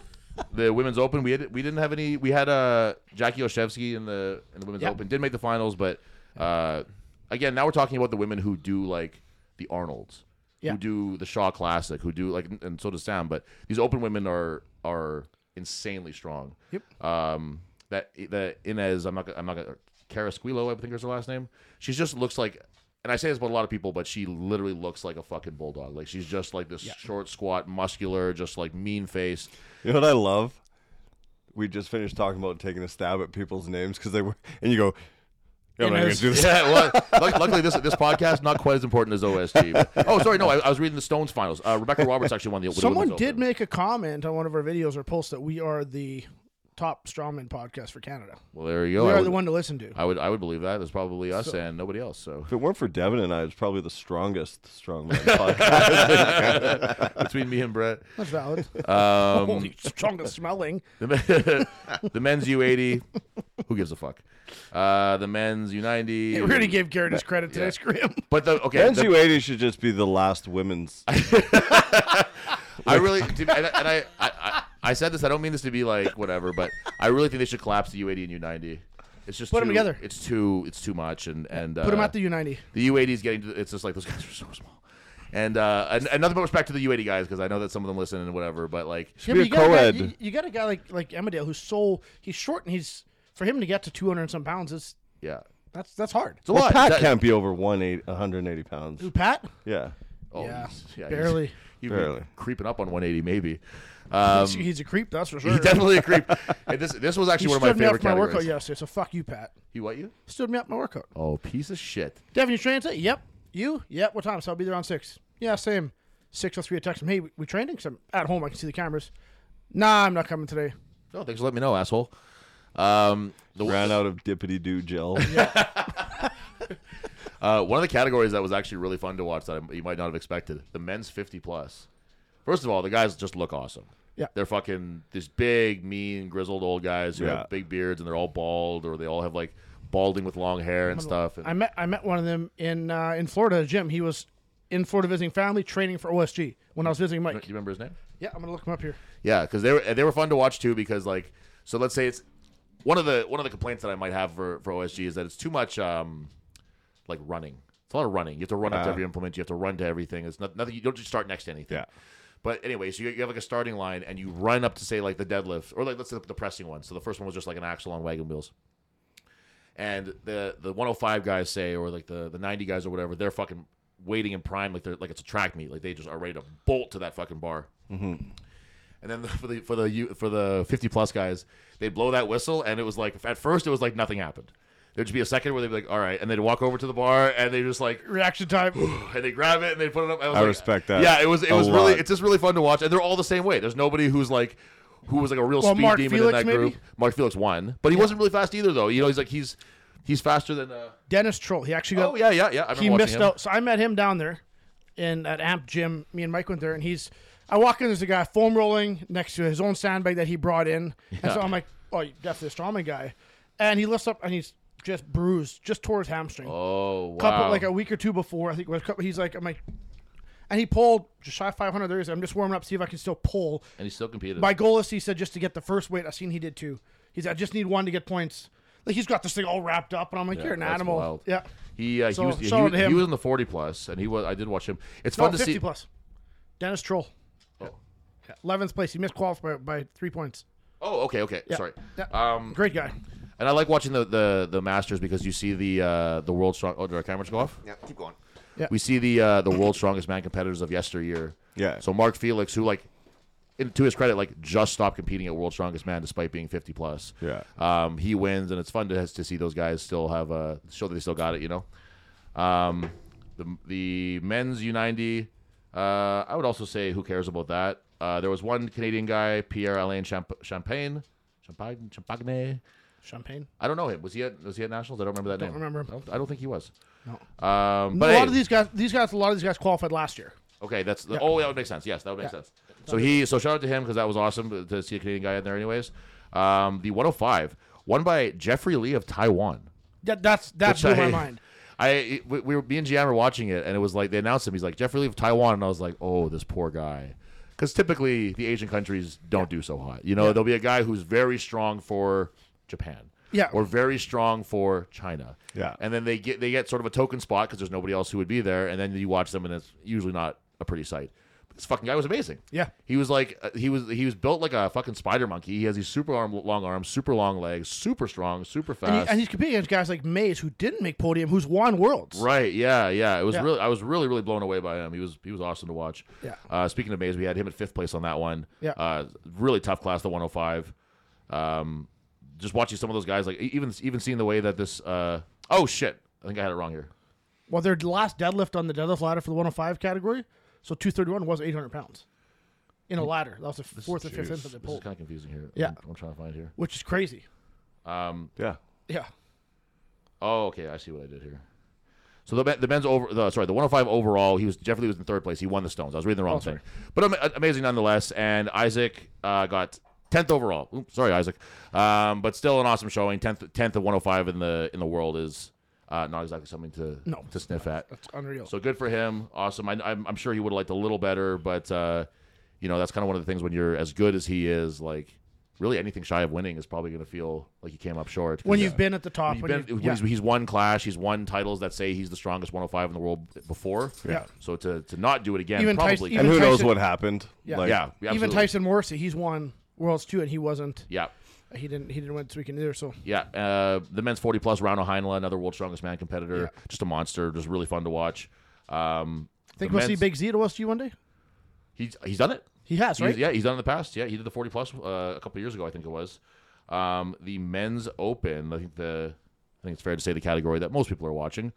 S2: the women's open, we had, we didn't have any. We had uh, Jackie Oshevsky in the in the women's
S1: Yeah.
S2: open. Did make the finals, but uh, again, now we're talking about the women who do like the Arnold's,
S1: Yeah.
S2: who do the Shaw Classic, who do like, and so does Sam. But these open women are are insanely strong.
S1: Yep.
S2: Um, that that Inez, I'm not gonna- I'm not gonna Carasquillo, I think is her last name. She just looks like. And I say this about a lot of people, but she literally looks like a fucking bulldog. Like she's just like this short, squat, muscular, just like mean face.
S6: You know what I love? We just finished talking about taking a stab at people's names because they were, and you go, "Yeah, I'm not gonna
S1: Inez.
S6: do
S2: (laughs)
S6: this."
S2: Yeah, well, luck- luckily this this podcast not quite as important as
S1: (laughs)
S2: OSG. But, oh, sorry, no, I, I was reading the Stones finals. Uh, Rebecca Roberts actually won the. the
S1: Someone
S2: women's
S1: did
S2: open.
S1: make a comment on one of our videos or posts that we are the top strongman podcast for Canada.
S2: Well, there you go.
S1: we
S2: Oh, I
S1: are
S2: would,
S1: the one to listen to.
S2: I would I would believe that. It's probably us and nobody else.
S1: (laughs)
S2: So
S6: If it weren't for Devin and I, it's probably the strongest strongman podcast.
S2: between me and Brett,
S1: That's valid.
S2: (laughs)
S1: (laughs)
S2: um,
S1: Holy
S2: (laughs)
S1: strongest smelling.
S2: the, men- (laughs) the men's U80. Who gives a fuck? Uh, the men's
S1: (laughs)
S2: U90.
S1: It really gave Garrett his credit today. Screw
S2: (laughs)
S1: him.
S2: But the okay,
S6: Men's
S2: the-
S6: U80 should just be the last women's.
S2: I really to be- and, I- and I, I I I said this. I don't mean this to be like whatever, but I really think they should collapse the U80 and U90. It's just
S1: Put
S2: too,
S1: 'em together.
S2: It's too it's too much and and
S1: Put him
S2: uh,
S1: at the U90.
S2: the U80 is getting to it's just like those guys are so small. And uh, an- another bit of respect to the U80 guys because I know that some of them listen and whatever, but like
S1: Yeah, but
S6: be a
S1: you, got a guy,
S6: co-ed.
S1: you, you got a guy like like Emmerdale who's so he's short and he's for him to get to 200 and some pounds is
S2: yeah,
S1: that's that's hard.
S2: it's a
S6: Well,
S2: lot.
S6: Pat
S2: That-
S6: can't be over 180 180 pounds.
S1: Who Pat?
S6: Yeah.
S2: oh,
S1: Yeah,
S2: he's- he's-
S1: barely.
S2: he'd be
S6: Barely.
S2: creeping up on
S1: (laughs)
S2: 180 maybe. Um,
S1: he's, he's a creep, that's for sure.
S2: (laughs) he's definitely a creep.
S1: (laughs)
S2: And this this was
S1: He
S2: actually one of my
S1: stood me up
S2: favorite
S1: for my
S2: categories.
S1: workout yesterday, so fuck you, Pat.
S2: He what you?
S1: Stood me up my workout.
S2: Oh, piece of shit.
S1: Devin, you training today? Yep. You? Yep. What time? So I'll be there on six. Yeah, same. Six or three. I text him. Hey, we, we training? 'Cause I'm at home. I can see the cameras. Nah, I'm not coming today.
S2: No, Oh, thanks for letting me know, asshole. Um, the
S6: Ran out of dippity doo gel.
S2: Uh, one of the categories that was actually really fun to watch that I- you might not have expected the men's 50 plus. First of all, the guys just look awesome.
S1: Yeah.
S2: They're fucking these big, mean, grizzled old guys who
S6: Yeah.
S2: have big beards and they're all bald or they all have like balding with long hair and stuff. And
S1: I met I met one of them in uh, in Florida, Jim. He was in Florida visiting family, training for OSG when I was visiting
S2: do
S1: Mike.
S2: you remember his name?
S1: Yeah, I'm gonna look him up here.
S2: Yeah, because they were they were fun to watch too. Because like, so let's say it's one of the one of the complaints that I might have for for OSG is that it's too much um like running. It's a lot of running. You have to run up to
S6: Yeah.
S2: every implement. You have to run to everything. It's not, nothing. You don't just start next to anything.
S6: Yeah.
S2: But anyway, so you, you have like a starting line, and you run up to say like the deadlift, or like let's say the pressing one. So the first one was just like an axle on wagon wheels and the the 105 guys say or like the the 90 guys or whatever they're fucking waiting in prime like they're like it's a track meet like they just are ready to bolt to that fucking bar and then (laughs) the, for the for the U- for the 50 plus guys they blow that whistle and it was like at first it was like nothing happened there'd just be a second where they'd be like all right and they'd walk over to the bar and they just like (laughs)
S1: Reaction time. (gasps)
S2: and they grab it and they put it up. was
S6: I
S2: like-
S6: respect that
S2: Yeah, it was it
S6: a
S2: was really
S6: lot.
S2: it's just really fun to watch, and they're all the same way. There's nobody who's like who was like a real
S1: Well,
S2: speed
S1: Mark
S2: demon
S1: Felix,
S2: in that
S1: maybe?
S2: group. Mark Felix won, but he wasn't really fast either, though. You know, he's like he's he's faster than. Uh,
S1: Dennis Troll. He actually got.
S2: oh yeah, yeah, yeah. I remember
S1: he
S2: watching
S1: missed
S2: him.
S1: out. So I met him down there, in at Amp Gym. Me and Mike went there, and he's. I walk in. There's a guy foam rolling next to his own sandbag that he brought in, and so I'm like, "Oh, you're definitely a strongman guy," and he lifts up and he's just bruised, just tore his hamstring.
S2: Oh wow.
S1: couple like a week or two before I think it was a couple, he's like I'm like and he pulled just shy of 500 there he said, I'm just warming up see if I can still pull
S2: and he still competed.
S1: my goal is he said just to get the first weight I seen he did too he said I just need one to get points like he's got this thing all wrapped up and I'm like
S2: Yeah,
S1: you're an
S2: that's
S1: animal
S2: wild.
S1: yeah
S2: He, uh,
S1: So,
S2: he was he,
S1: shout out
S2: was-
S1: to him.
S2: he was in the 40 plus, and he was. I did watch him. It's
S1: no,
S2: fun to
S1: 50
S2: see.
S1: plus Dennis Troll 11th place. He misqualified by, by three points.
S2: Oh, okay, okay. Sorry.
S1: Yeah.
S2: Um,
S1: Great guy.
S2: and I like watching the, the, the Masters because you see the uh, the world's strong. Oh, did our cameras go off?
S5: Yeah, keep going.
S2: We see the uh, the world's strongest man competitors of yesteryear.
S6: Yeah.
S2: So Mark Felix, who like, in, to his credit, like just stopped competing at world's strongest man despite being fifty plus.
S6: Yeah.
S2: Um, he wins, and it's fun to to see those guys still have a show that they still got it. You know. Um, the the men's U ninety. Uh, I would also say who cares about that. Uh, there was one Canadian guy, Pierre Alain Champ- Champagne, Champagne, Champagne.
S1: Champagne.
S2: I don't know him. Was he at was he at nationals? I don't remember that
S1: Don't
S2: name.
S1: remember him.
S2: I don't, I don't think he was.
S1: No.
S2: Um, but
S1: a lot
S2: hey.
S1: of these guys, these guys, a lot of these guys qualified last year.
S2: Okay, that's the, oh that would make sense. Yes, that would make sense. So he so shout out to him because that was awesome to see a Canadian guy in there. Anyways, um, the 105 won by Jeffrey Lee of Taiwan.
S1: That, that's that
S2: which
S1: blew my
S2: I-
S1: mind.
S2: (laughs) I we, we were me and Gian were watching it and it was like they announced him. He's like Jeffrey Lee of Taiwan, and I was like, oh, this poor guy. Because typically the Asian countries don't do so hot. You know, there'll be a guy who's very strong for Japan,
S1: Yeah.
S2: or very strong for China,
S6: Yeah.
S2: and then they get they get sort of a token spot because there's nobody else who would be there, and then you watch them and it's usually not a pretty sight. But this fucking guy was amazing.
S1: Yeah.
S2: he was like uh, he was he was built like a fucking spider monkey. He has these super arm, long arms, super long legs, super strong, super fast.
S1: And, he, and he's competing against guys like Mays, who didn't make podium, who's won worlds.
S2: Right. Yeah. Yeah. It was
S1: Yeah.
S2: really. I was really, really blown away by him. He was. He was awesome to watch.
S1: Yeah.
S2: Uh, speaking of Mays, we had him at fifth place on that one.
S1: Yeah.
S2: Uh, really tough class, the 105. Um, just watching some of those guys, like e- even even seeing the way that this. Uh, oh shit! I think I had it wrong here.
S1: Well, their last deadlift on the deadlift ladder for the 105 category, so 231 was 800 pounds in a ladder. That was the fourth or fifth
S2: Jeez,
S1: incident
S2: Mm. This is
S1: pulled,
S2: kind of confusing here.
S1: Yeah.
S2: I'm, I'm trying to find here.
S1: which is crazy.
S6: Yeah.
S1: Yeah.
S2: Oh, okay. I see what I did here. So the, men- the men's over the sorry the 105 overall he was Jeff Lee was in third place he won the stones I was reading the
S1: Oh,
S2: wrong thing but ama- uh, amazing nonetheless and Isaac uh, got 10th overall Oop, sorry Isaac um, but still an awesome showing 10th 10th of 105 in the in the world is uh, not exactly something to
S1: No.
S2: to sniff at
S1: That's unreal.
S2: so good for him awesome I, I'm, I'm sure he would have liked a little better but uh, you know that's kind of one of the things when you're as good as he is like really anything shy of winning is probably going to feel like you came up short 'cause
S1: when you've been at the top,
S2: He's
S1: when
S2: been-
S1: you- yeah.
S2: he's, he's won Clash. He's won titles that say he's the strongest 105 in the world before.
S1: Yeah.
S2: So to, to not do it again,
S1: Even Tyson-
S2: probably.
S1: even-
S6: And who knows
S1: Tyson-
S6: what happened?
S1: Yeah.
S6: Like,
S2: yeah. yeah,
S1: even
S2: absolutely.
S1: Tyson Morrissey, he's won worlds too, and he wasn't.
S2: Yeah.
S1: He didn't. He didn't win this weekend either. So
S2: Yeah. Uh, the men's 40 plus, Rano Heinle, another world strongest man competitor. Just a monster. Just really fun to watch. Um,
S1: think
S2: the
S1: we'll see
S2: men's-
S1: Big Z at OSG one day.
S2: He's, he's done it.
S1: He has,
S2: He's-
S1: right?
S2: yeah, he's done it in the past. Yeah, he did the 40 plus uh, a couple years ago, I think it was. Um, the men's open, I think the I think it's fair to say the category that most people are watching.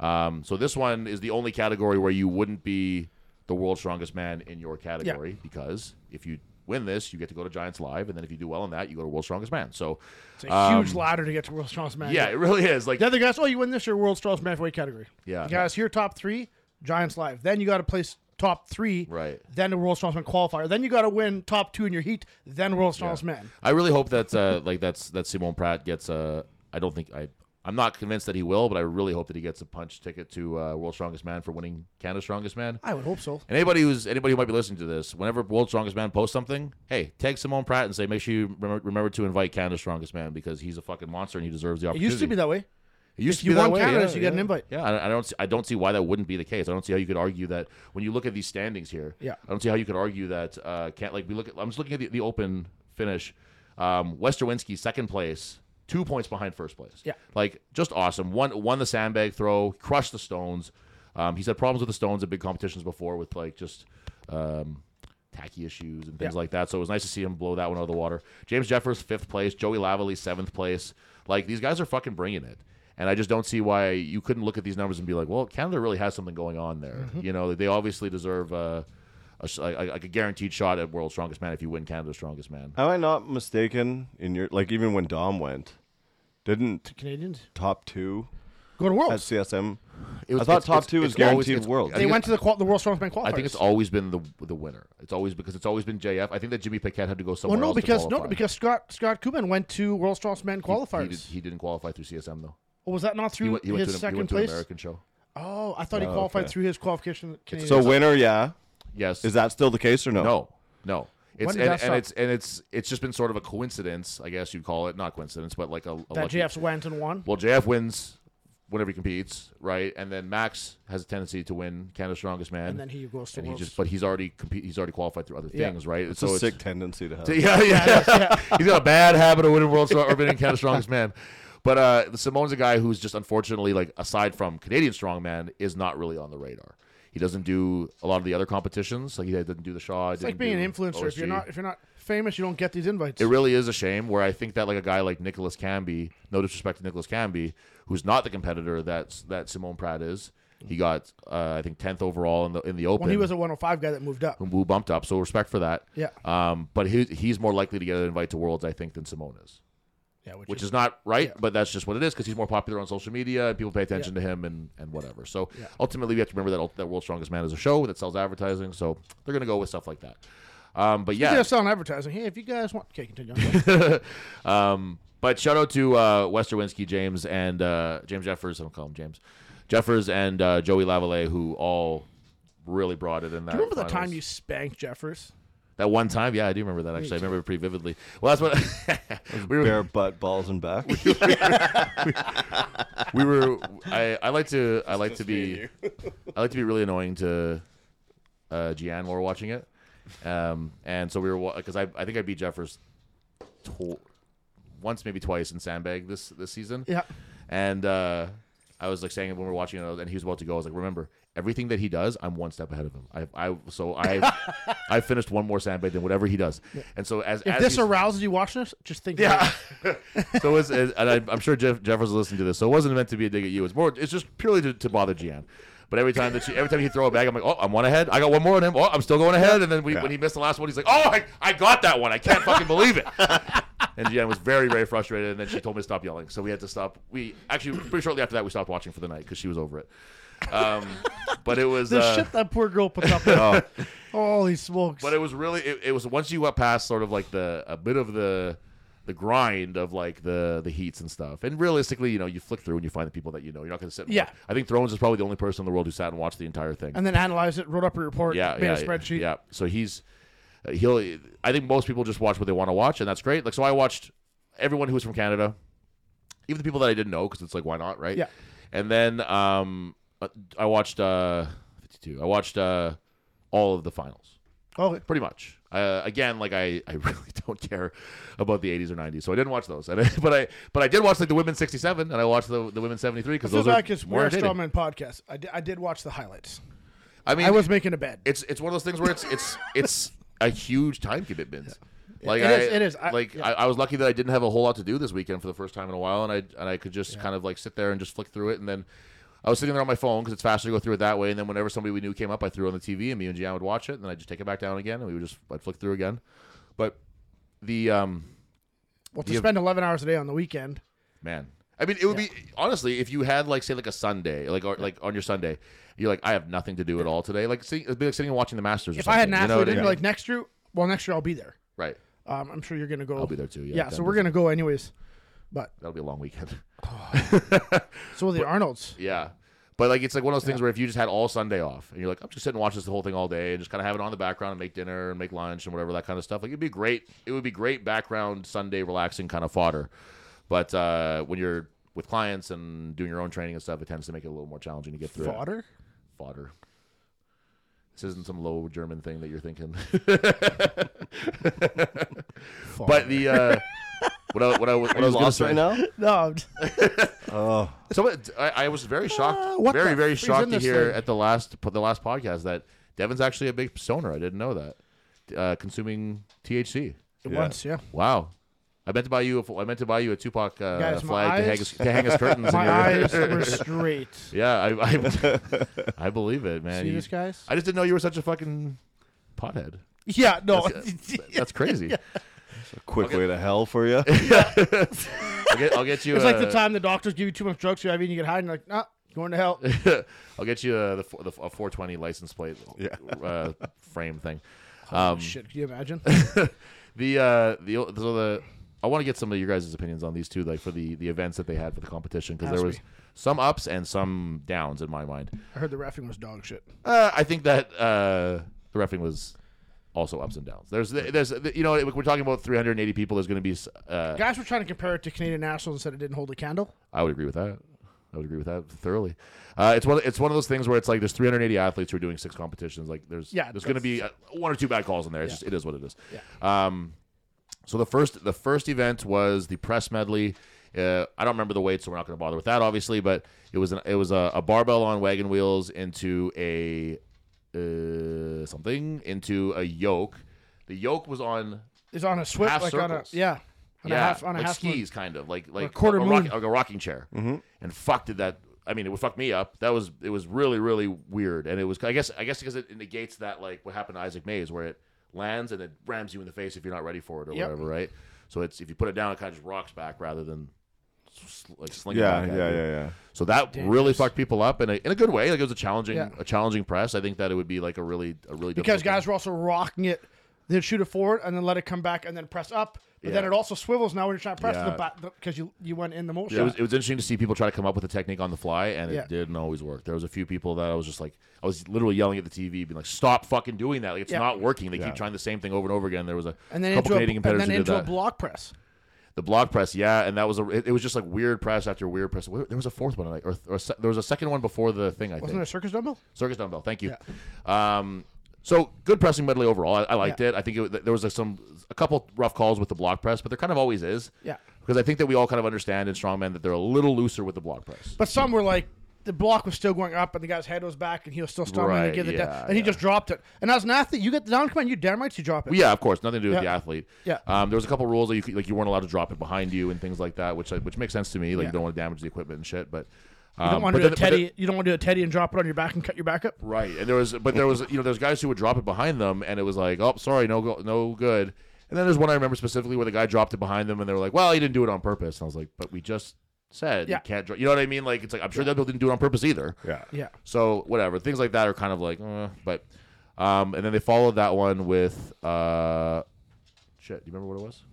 S2: Um, so this one is the only category where you wouldn't be the world's strongest man in your category because if you win this, you get to go to Giants Live, and then if you do well in that, you go to World's Strongest Man. So
S1: It's a huge ladder to get to world's strongest man.
S2: Um, yeah, it really is like
S1: The other guys, oh, you win this year world's strongest man weight category.
S2: Yeah.
S1: You guys, here top three, Giants live. Then you got to place top three.
S2: Right.
S1: Then the world's strongest man qualifier. Then you got to win top two in your heat. Then world's strongest man.
S2: I really hope that uh, like that's that Simon Pratt gets a. I don't think I. I'm not convinced that he will, but I really hope that he gets a punch ticket to uh, World's Strongest Man for winning Canada's Strongest Man.
S1: I would hope so.
S2: And anybody who's anybody who might be listening to this, whenever World's Strongest Man posts something, hey, tag Simone Pratt and say make sure you remember, remember to invite Canada's Strongest Man because he's a fucking monster and he deserves the
S1: It
S2: opportunity.
S1: used to be that way.
S2: It used
S1: If
S2: to
S1: you
S2: be that
S1: won
S2: way,
S1: Canada's,
S2: yeah,
S1: you get an
S2: yeah.
S1: invite.
S2: Yeah, I I don't. See, I don't see why that wouldn't be the case. I don't see how you could argue that when you look at these standings here.
S1: Yeah.
S2: I don't see how you could argue that. Uh, can't like we look. At, I'm just looking at the, the open finish. Um, Westerwinski second place, two points behind first place.
S1: Yeah.
S2: like just awesome. Won won the sandbag throw, crushed the stones. Um, he's had problems with the stones at big competitions before with like just. Um, Tacky issues and things
S1: Yeah.
S2: like that. So it was nice to see him blow that one out of the water. James Jeffers, fifth place. Joey Lavallee, seventh place. Like, these guys are fucking bringing it. And I just don't see why you couldn't look at these numbers and be like, well, Canada really has something going on there.
S1: Mm-hmm.
S2: You know, they obviously deserve uh, a, s- like- like a guaranteed shot at World's Strongest Man if you win Canada's Strongest Man.
S1: Uh,
S6: Am I not mistaken in your like even when Dom went, didn't
S1: Canadians
S6: top two
S1: go to
S6: at
S1: worlds.
S6: CSM?
S2: It was,
S6: I thought
S2: it's-
S6: top
S2: it's-
S6: two was
S2: it's always-
S6: guaranteed
S2: it's-
S6: world.
S2: I
S1: They
S2: think
S1: went to the qual- the world's strongest man qualifier.
S2: I think it's always been the the winner. It's always because it's always been JF. I think that Jimmy Paquette had to go
S1: Well,
S2: somewhere
S1: no,
S2: else to
S1: because no,
S2: qualify.
S1: because Scott Scott Kuban went to world's strongest man
S2: he,
S1: qualifiers.
S2: did, he didn't qualify through CSM though.
S1: Oh, was that not
S2: He
S1: through
S2: went, he went
S1: his
S2: to an, he
S1: second
S2: went to an
S1: place?
S2: American show.
S1: Oh, I thought he qualified through his qualification. Canadian.
S6: So winner, yeah.
S2: Yes,
S6: Is that still the case or no?
S2: No, no. It's
S1: did
S2: and,
S1: that
S2: and
S1: stop?
S2: it's and it's it's just been sort of a coincidence, I guess you'd call it, not coincidence, but like a, a
S1: that
S2: lucky-
S1: JF's went and won.
S2: Well, JF wins whenever he competes, right? And then Max has a tendency to win Canada's Strongest Man,
S1: and then he goes to
S2: and he
S1: Worlds.
S2: just but he's already compete, he's already qualified through other
S1: Yeah.
S2: things, right?
S6: It's a sick tendency to
S2: (laughs)
S6: have.
S2: yeah, yeah. He's got a bad habit of winning world strong or winning Canada's strongest man. But uh, Simone's a guy who's just unfortunately, like aside from Canadian strongman, is not really on the radar. He doesn't do a lot of the other competitions. Like he didn't do the Shaw.
S1: it's like being an influencer. If you're not if you're not famous, you don't get these invites.
S2: it really is a shame. Where I think that like a guy like Nicholas Canby, no disrespect to Nicholas Canby, who's not the competitor that that Simone Pratt is. He got uh, I think tenth overall in the in the Open
S1: when he was a 105 guy that moved up.
S2: who- who bumped up. So respect for that.
S1: Yeah.
S2: Um, but he, he's more likely to get an invite to Worlds, I think, than Simone is,
S1: Yeah, which,
S2: which
S1: is,
S2: is not right,
S1: Yeah.
S2: but that's just what it is because he's more popular on social media and people pay attention to him and, and whatever. So ultimately, we have to remember that ul- that World's Strongest Man is a show that sells advertising. So they're going to go with stuff like that. Um, but
S1: yeah,
S2: yeah,
S1: selling advertising. Hey, if you guys want, okay,
S2: (laughs)
S1: continue.
S2: um, but shout out to uh, Wes Derwinski, James, and uh, James Jeffers. I don't call him James. Jeffers and uh, Joey Lavallee, who all really brought it in that.
S1: Do you remember the time
S2: finals.
S1: you spanked Jeffers?
S2: That one time, yeah, I do remember that actually. I remember it pretty vividly. Well, that's what (laughs) we were.
S3: Bare butt, balls, and
S6: (laughs)
S3: back.
S2: We were. I, I like to. I like to be. (laughs) I like to be really annoying to uh, Gian while we're watching it. Um, and so we were because I, I think I beat Jeffers to- once maybe twice in Sandbag this this season.
S1: Yeah.
S2: And uh, I was like saying when we were watching it, and he was about to go. I was like, remember everything that he does, I'm one step ahead of him. I I so I
S1: (laughs)
S2: I finished one more Sandbag than whatever he does. And so as
S1: If
S2: as
S1: this
S2: he's-
S1: arouses you watching this, just think.
S2: Yeah. (laughs) so it's, it, and I, I'm sure Jeff Jeffers will listen to this. So it wasn't meant to be a dig at you. It's more. It's just purely to, to bother Gian. But every time that she, every time he throw a bag, I'm like, oh, I'm one ahead. I got one more on him. Oh, I'm still going ahead. And then we, when he missed the last one, he's like, oh, I, I got that one. I can't fucking believe it. (laughs) And Gian was very very frustrated. And then she told me to stop yelling. So we had to stop. We actually pretty shortly after that we stopped watching for the night because she was over it. Um, but it was
S1: The
S2: (laughs) uh,
S1: shit that poor girl puts
S2: (laughs)
S1: up with.
S2: Oh.
S1: Holy smokes.
S2: but it was really it, it was once you got past sort of like the a bit of the the grind of like the the heats and stuff. And realistically, you know, you flick through and you find the people that you know. You're not going to sit. And
S1: Yeah.
S2: watch. I think Thrones is probably the only person in the world who sat and watched the entire thing.
S1: and then analyze it, wrote up a report,
S2: yeah,
S1: made
S2: yeah,
S1: a spreadsheet.
S2: yeah. So he's uh, he'll. I think most people just watch what they want to watch, and that's great. Like so, I watched everyone who was from Canada, even the people that I didn't know, because it's like why not, right?
S1: Yeah.
S2: And then um, uh, I watched uh, 52. I watched uh, all of the finals
S1: Oh,
S2: pretty much. Uh, again, like I, (laughs) I really don't care about the 80s or 90s, so I didn't watch those. And I, (laughs) but I but I did watch like the women 67 and I watched the the women 73
S1: I
S2: because
S1: feel
S2: those
S1: like
S2: are
S1: it's
S2: more
S1: we're a
S2: entertaining.
S1: strawman podcast. I did, I did watch the highlights.
S2: I mean,
S1: I was making a bed.
S2: it's it's one of those things where it's it's it's a huge time commitment. Like
S1: It
S2: I,
S1: is- it is. I-
S2: like
S1: yeah.
S2: I, I was lucky that I didn't have a whole lot to do this weekend for the first time in a while, and I and I could just kind of like sit there and just flick through it, and then I was sitting there on my phone because it's faster to go through it that way. And then whenever somebody we knew came up, I threw it on the TV, and me and Gian would watch it, and then I would just take it back down again, and we would just I'd flick through again. But the um
S1: well, to
S2: you-
S1: spend 11 hours a day on the weekend.
S2: man. I mean, it would be honestly if you had like say like a Sunday, like or, like on your Sunday, you're like I have nothing to do at all today. Like see, it'd be like sitting and watching the Masters. Or
S1: If I had an
S2: something, you
S1: athlete,
S2: know what
S1: in,
S2: I mean?
S1: like next year, well, next year I'll be there.
S2: right,
S1: Um, I'm sure you're gonna go.
S2: I'll be there too. Yeah,
S1: Yeah, so we're
S2: Denver's-
S1: gonna go anyways. But
S2: that'll be a long weekend. (laughs)
S1: so will the Arnold's.
S2: yeah, but like it's like one of those things where if you just had all Sunday off and you're like I'm just sitting and watch this whole thing all day and just kind of have it on the background and make dinner and make lunch and whatever that kind of stuff. Like it'd be great. It would be great background Sunday relaxing kind of fodder. But uh, when you're with clients and doing your own training and stuff, it tends to make it a little more challenging to get through. it.
S1: Fodder.
S2: fodder. This isn't some low German thing that you're thinking. (laughs) but the uh, what I what I, what I
S3: You
S2: was gonna
S3: lost
S2: say,
S3: right now?
S1: No, I'm-
S2: (laughs) So I, I was very shocked,
S1: Uh, what
S2: very
S1: the
S2: very
S1: f- is in
S2: shocked to
S1: this
S2: hear
S1: thing?
S2: at the last the last podcast that Devin's actually a big stoner. I didn't know that. Uh, consuming THC.
S6: Yeah.
S1: once, yeah.
S2: Wow. I meant to buy you. A, I meant to buy you a Tupac uh,
S1: Guys, my
S2: flag to hang,
S1: eyes-
S2: his, to hang
S1: (laughs)
S2: his curtains. in
S1: My
S2: your,
S1: eyes were straight.
S2: (laughs) Yeah, I, I, (laughs) I believe it, man.
S1: See
S2: You-
S1: this, guys?
S2: I just didn't know you were such a fucking pothead.
S1: (laughs) Yeah, no.
S2: That's crazy.
S6: (laughs) Quick way to hell for (laughs) you.
S2: I'll, get, I'll get
S1: (laughs)
S2: you.
S1: It's like the
S2: uh,
S1: time the doctors give you too much drugs you're having, you get high, and you're like, nah, going to hell.
S2: (laughs) I'll get you uh, the, four- the a 420 license plate uh, frame thing. Um,
S1: (laughs) Shit, can you
S2: (laughs)
S1: imagine?
S2: the uh, the so the I want to get some of your guys' opinions on these too, like for the the events that they had for the competition, because
S1: Ask
S2: there was
S1: me.
S2: some ups and some downs in my mind.
S1: I heard the refing was dog shit.
S2: Uh, I think that uh, the refing was also ups and downs. There's there's you know we're talking about 380 people. There's going to be. s- Uh,
S1: Guys were trying to compare it to Canadian Nationals and said it didn't hold a candle.
S2: I would agree with that. I would agree with that thoroughly. Uh, it's one. It's one of those things where it's like there's 380 athletes who are doing six competitions. Like there's
S1: Yeah,
S2: there's going to be uh, one or two bad calls in there. It's
S1: Yeah.
S2: just it is what it is. Yeah. Um, so the first the first event was the press medley. Uh, I don't remember the weight, so we're not going to bother with that, obviously. But it was an, it was a, a barbell on wagon wheels into a uh, something into a yoke. The yoke was on
S1: It's on a switch,
S2: Half
S1: like
S2: circles.
S1: on a yeah, on a
S2: yeah,
S1: half on a
S2: like
S1: half moon.
S2: skis, kind of like like
S1: quarter
S2: a,
S1: moon.
S2: rock- like a rocking chair. Mm-hmm. And fuck did that. I mean, it would fuck me up. That was it was really really weird, and it was I guess I guess because it negates that like what happened to Isaac Mays, where it lands and it rams you in the face if you're not ready for it or
S1: Yep.
S2: whatever, right? So it's if you put it down, it kind of just rocks back rather than s- like slinging.
S6: Yeah,
S2: back
S6: yeah,
S2: at
S6: yeah,
S2: you.
S6: yeah.
S2: So that really fucked people up in a, in a good way. Like it was a challenging
S1: Yeah.
S2: a challenging press. I think that it would be like a really a really
S1: because
S2: difficult thing.
S1: guys were also rocking it. They'd shoot it forward and then let it come back and then press up, but then
S2: Yeah.
S1: it also swivels now when you're trying to press
S2: Yeah.
S1: the back because you you went in the motion.
S2: It was it was interesting to see people try to come up with a technique on the fly, and it
S1: Yeah.
S2: didn't always work. There was a few people that I was just like, I was literally yelling at the TV, being like, "Stop fucking doing that! Like it's
S1: Yeah.
S2: not working. They keep trying the same thing over and over again." There was a
S1: and then
S2: couple
S1: into a,
S2: Canadian
S1: and
S2: competitors
S1: then
S2: who did
S1: into a
S2: that.
S1: block press.
S2: the block press, yeah, and that was a it, it was just like weird press after weird press. Where- There was a fourth one, like, or, or se- there was a second one before the thing. I
S1: Wasn't
S2: think
S1: it a circus dumbbell?
S2: Circus Dumbbell. Thank you. Um, so good pressing medley overall. I, I liked it. I think it, there was like some a couple rough calls with the block press, but there kind of always is.
S1: Yeah.
S2: Because I think that we all kind of understand in strongman that they're a little looser with the block press.
S1: But some were like the block was still going up and the guy's head was back and he was still stumbling
S2: Right,
S1: to get it down
S2: yeah,
S1: and he
S2: yeah.
S1: just dropped it. And as an athlete, you get the down command, you damn right you drop it.
S2: Well, yeah, of course, nothing to do with
S1: Yeah.
S2: the athlete.
S1: Yeah.
S2: Um, there was a couple rules that you could, like you weren't allowed to drop it behind you and things like that, which like, which makes sense to me. Like
S1: Yeah.
S2: you don't want to damage the equipment and shit, but.
S1: you
S2: um,
S1: don't want
S2: but
S1: to do
S2: then-
S1: a
S2: but then-
S1: teddy. You don't want to do a teddy and drop it on your back and cut your back up.
S2: Right, and there was,
S1: (laughs)
S2: but there was, you know, there's guys who would drop it behind them, and it was like, oh, sorry, no, go, no good. And then there's one I remember specifically where the guy dropped it behind them, and they were like, well, he didn't do it on purpose. And I was like, but we just said
S1: Yeah.
S2: you can't, dro-. you know what I mean? Like, it's like I'm sure that people didn't do it on purpose either.
S6: Yeah.
S1: Yeah.
S2: So whatever, things like that are kind of like, uh, but, um, and then they followed that one with, uh, shit. Do you remember what it was?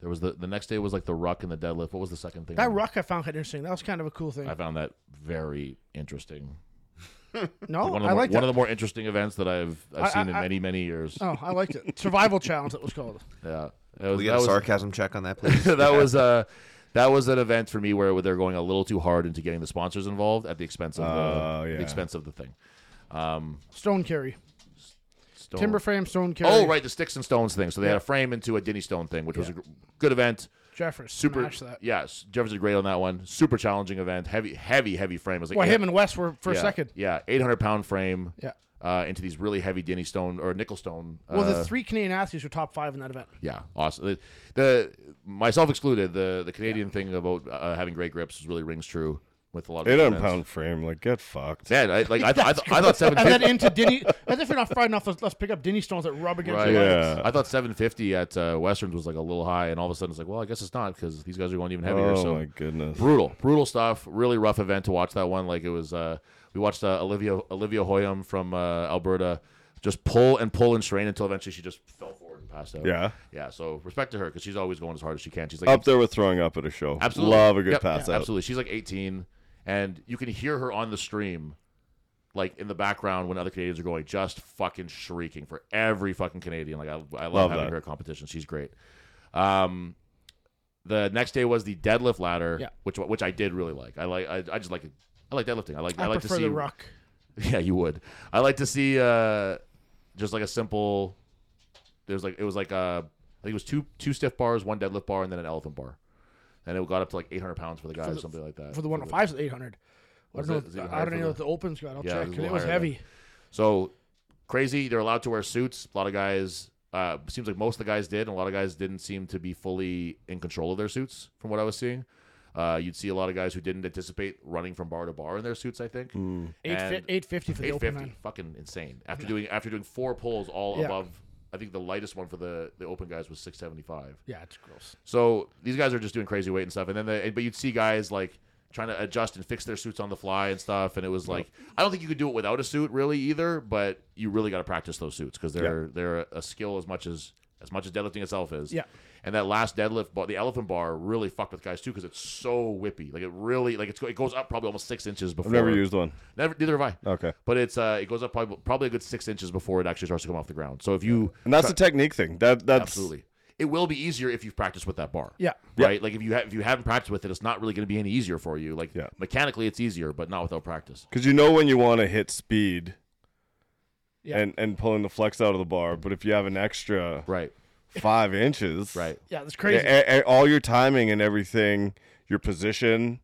S2: There was the the next day was like the ruck and the deadlift. What was the second thing?
S1: That ruck I found kind of interesting. That was kind of a cool thing.
S2: I found that very interesting.
S1: no,
S2: One of
S1: I
S2: the, more,
S1: like
S2: one
S1: that.
S2: of the more interesting events that I've I've
S1: I-
S2: seen in
S1: I-
S2: many many years.
S1: Oh, I liked it. Survival challenge, it was called.
S2: Yeah, That was,
S5: We
S2: that
S5: got a
S2: was-
S5: sarcasm check on that, please.
S2: (laughs) that
S5: (laughs)
S2: was uh, that was an event for me where they're going a little too hard into getting the sponsors involved at the expense of
S6: Oh,
S2: the,
S6: yeah.
S2: the expense of the thing.
S1: Stone carry,
S2: Stone-
S1: timber frame, stone carry.
S2: Oh right, the sticks and stones thing. So they had a frame into a Denny Stone thing, which was a gr- good event.
S1: Jeffers,
S2: Super.
S1: smashed that.
S2: Yes, Jefferson did great on that one. Super challenging event. Heavy, heavy, heavy frame. It was like
S1: Well,
S2: eight-
S1: him and West were for
S2: yeah,
S1: a second.
S2: Yeah, eight hundred pound frame.
S1: Yeah.
S2: Uh, into these really heavy Denny Stone or nickel stone.
S1: Well,
S2: uh,
S1: the three Canadian athletes were top five in that
S2: (laughs)
S1: event.
S2: Yeah, awesome. The, the- myself excluded, the the Canadian thing about uh, having great grips really rings true with a lot of
S6: Eight hundred
S2: defense.
S6: pound frame, like get fucked.
S2: Yeah, I, like I, th- I, th- I thought seven
S1: And then
S2: fifty.
S1: into Denny. As if you're not fried enough, let's, let's pick up Denny stones that rub against
S2: Right.
S1: your legs.
S6: Yeah.
S2: I thought seven fifty at uh, Westerns was like a little high, and all of a sudden it's like, well, I guess it's not because these guys are going even heavier.
S6: Oh
S2: so
S6: my goodness.
S2: brutal, brutal stuff. Really rough event to watch that one. Like it was, uh, we watched uh, Olivia Olivia Hoyum from uh, Alberta just pull and pull and strain until eventually she just fell forward and passed out.
S6: Yeah.
S2: yeah. So respect to her because she's always going as hard as she can. She's like
S6: Up there with throwing up at a show.
S2: Absolutely.
S6: Love a good
S2: Yep.
S6: pass
S2: Yeah,
S6: out.
S2: Absolutely. She's like 18, and you can hear her on the stream, like in the background when other Canadians are going, just fucking shrieking for every fucking Canadian. Like, I, I love,
S6: Love
S2: having
S6: that.
S2: her at competition. She's great. Um, the next day was the deadlift ladder,
S1: Yeah.
S2: which which I did really like. I like I, I just like it. I like deadlifting. I like I,
S1: I,
S2: like to
S1: prefer
S2: see
S1: the ruck.
S2: (laughs) yeah, you would. I like to see uh just like a simple. There's like it was like uh I think it was two two stiff bars, one deadlift bar, and then an elephant bar, and it got up to like 800 pounds for the guy or
S1: the-
S2: something like that.
S1: for the 105s at 800. I
S2: Was
S1: don't know.
S2: it- is it
S1: if- I
S2: higher
S1: don't
S2: for
S1: know
S2: the-
S1: what the opens got. I'll
S2: Yeah, it
S1: check.
S2: was a
S1: 'cause It
S2: little
S1: was
S2: higher than
S1: heavy.
S2: So crazy. They're allowed to wear suits. A lot of guys. Uh, seems like most of the guys did, and a lot of guys didn't seem to be fully in control of their suits, from what I was seeing. Uh, you'd see a lot of guys who didn't anticipate running from bar to bar in their suits. I think
S1: Eight
S2: And-
S1: fi- 850 for the
S2: Eight
S1: open.
S2: fifty,
S1: man.
S2: fucking insane. After doing after doing four pulls all
S1: Yeah.
S2: above, I think the lightest one for the the open guys was six seventy five.
S1: Yeah, it's gross.
S2: So these guys are just doing crazy weight and stuff. And then they, but you'd see guys like trying to adjust and fix their suits on the fly and stuff. And it was like I don't think you could do it without a suit really either. But you really got to practice those suits because they're they're a skill as much as as much as deadlifting itself is.
S1: Yeah.
S2: And that last deadlift, bar, the elephant bar, really fucked with guys too because it's so whippy. Like it really, like it's, go- it goes up probably almost six inches before.
S6: I've never used one.
S2: Never, neither have I.
S6: Okay.
S2: but it's uh, it goes up probably, probably a good six inches before it actually starts to come off the ground. So if you
S6: And that's a technique thing. That that's
S2: absolutely, it will be easier if you've practiced with that bar.
S1: Yeah.
S2: Right. Like if you ha- if you haven't practiced with it, it's not really going to be any easier for you. Like
S6: Yeah.
S2: mechanically, it's easier, but not without practice.
S6: Because you know when you want to hit speed
S1: Yeah.
S6: and, and pulling the flex out of the bar, but if you have an extra
S2: Right.
S6: five inches,
S2: Right.
S1: Yeah, that's
S6: a-
S1: crazy.
S6: a- a- all your timing and everything, your position,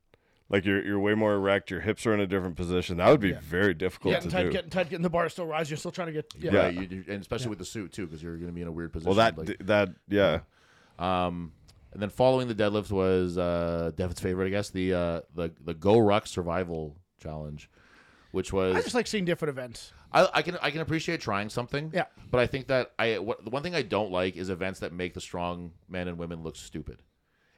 S6: like you're, you're way more erect, your hips are in a different position, that would be very difficult
S1: Getting
S6: to
S1: tight,
S6: do.
S1: getting tight, getting the bar still rising. You're still trying to get. Yeah.
S2: Right. You, you- and especially with the suit too, because you're going to be in a weird position.
S6: well, that,
S2: like-
S6: that, yeah.
S2: Um, and then following the deadlift was uh, Devin's favorite, I guess, the uh, the the Go Ruck Survival Challenge, which was
S1: I just like seeing different events.
S2: I, I can I can appreciate trying something.
S1: Yeah.
S2: But I think that I what, the one thing I don't like is events that make the strong men and women look stupid.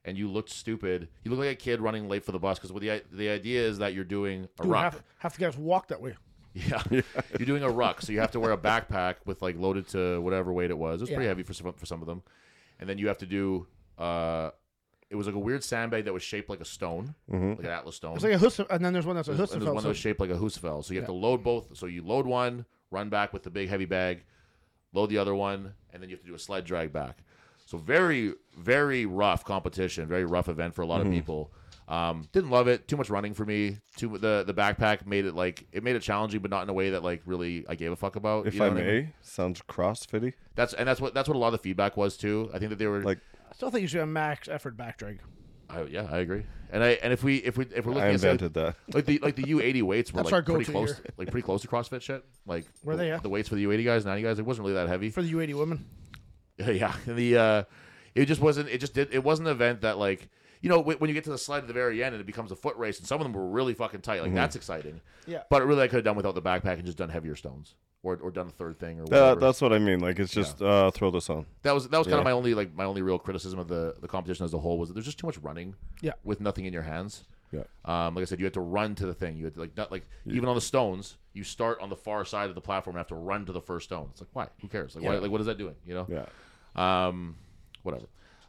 S2: And you looked stupid. You look like a kid running late for the bus because the i- the idea is that you're doing a
S1: Dude,
S2: ruck.
S1: half, half the guys walk that way.
S2: (laughs) Yeah. You're doing a ruck, so you have to wear a backpack with like loaded to whatever weight it was. It was pretty
S1: Yeah.
S2: heavy for some for some of them. And then you have to do uh it was like a weird sandbag that was shaped like a stone, like an atlas stone.
S1: Mm-hmm. It's like a Hussef, and then there's one that's a
S2: and there's
S1: Hussefeld.
S2: one that was shaped like a Husfell. So you have to load both. So you load one, run back with the big heavy bag, load the other one, and then you have to do a sled drag back. So very, very rough competition, very rough event for a lot
S6: Mm-hmm.
S2: of people. Um, didn't love it. Too much running for me. Too the the backpack made it like it made it challenging, but not in a way that like really I gave a fuck about.
S6: If
S2: you know
S6: I
S2: what
S6: may,
S2: mean?
S6: sounds crossfitty.
S2: that's and that's what that's what a lot of the feedback was too. I think that they were
S6: Like,
S1: I still think you should have max effort back drag.
S2: I, yeah, I agree. And I and if we if we if we're looking
S6: I
S2: at say,
S6: invented that.
S2: like the like the U eighty weights were
S1: That's our
S2: like
S1: go-to
S2: pretty close,
S1: here.
S2: like pretty close to CrossFit shit. Like
S1: Were they,
S2: the-
S1: yeah?
S2: The weights for the U eighty guys, ninety guys, it wasn't really that heavy.
S1: For the U80 women.
S2: (laughs) yeah, the uh, it just wasn't. It just did. It wasn't an event that like you know wh- when you get to the slide at the very end and it becomes a foot race and some of them were really fucking tight. Like that's exciting.
S1: Yeah.
S2: But really, I could have done without the backpack and just done heavier stones or or done a third thing or whatever.
S6: (laughs) That, that's what I mean. Like, it's just uh, throw this on.
S2: That was that was kind of my only like my only real criticism of the the competition as a whole was that there's just too much running.
S1: Yeah.
S2: With nothing in your hands.
S6: Yeah.
S2: Um, like I said, you had to run to the thing. You had to like not like even on the stones, you start on the far side of the platform and have to run to the first stone. It's like why? Who cares? Like why, like what is that doing? You know.
S6: Yeah.
S2: Um, whatever.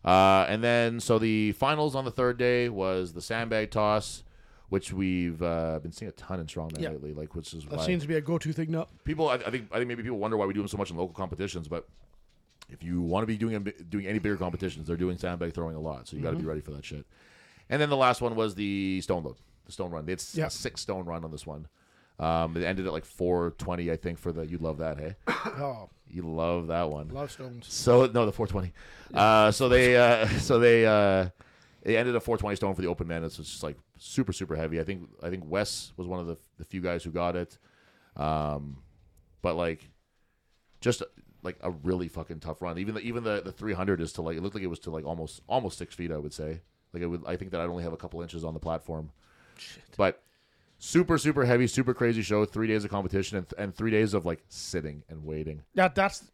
S2: Uh, and then so the finals on the third day was the sandbag toss, which we've uh, been seeing a ton in strongman
S1: Yeah.
S2: lately. Like which is
S1: That
S2: why
S1: seems to be a go-to thing now.
S2: people I, I think I think maybe people wonder why we do them so much in local competitions, but if you want to be doing a bi- doing any bigger competitions, they're doing sandbag throwing a lot, so you got to be ready for that shit. And then the last one was the stone load, the stone run. It's
S1: Yeah.
S2: a six stone run on this one. Um, it ended at like four twenty, I think, for the you'd love that, hey,
S1: Oh,
S2: you love that one.
S1: love stones.
S2: So no, the 420. Uh, so they uh, (laughs) so they uh, they ended at 420 stone for the open man. It's just like super super heavy. I think I think Wes was one of the, the few guys who got it. Um, but like just like a really fucking tough run. Even the, even the, the 300 is to like it looked like it was to like almost almost six feet. I would say like I would I think that I'd only have a couple inches on the platform. But super super heavy, super crazy show. Three days of competition and, and three days of like sitting and waiting.
S1: That that's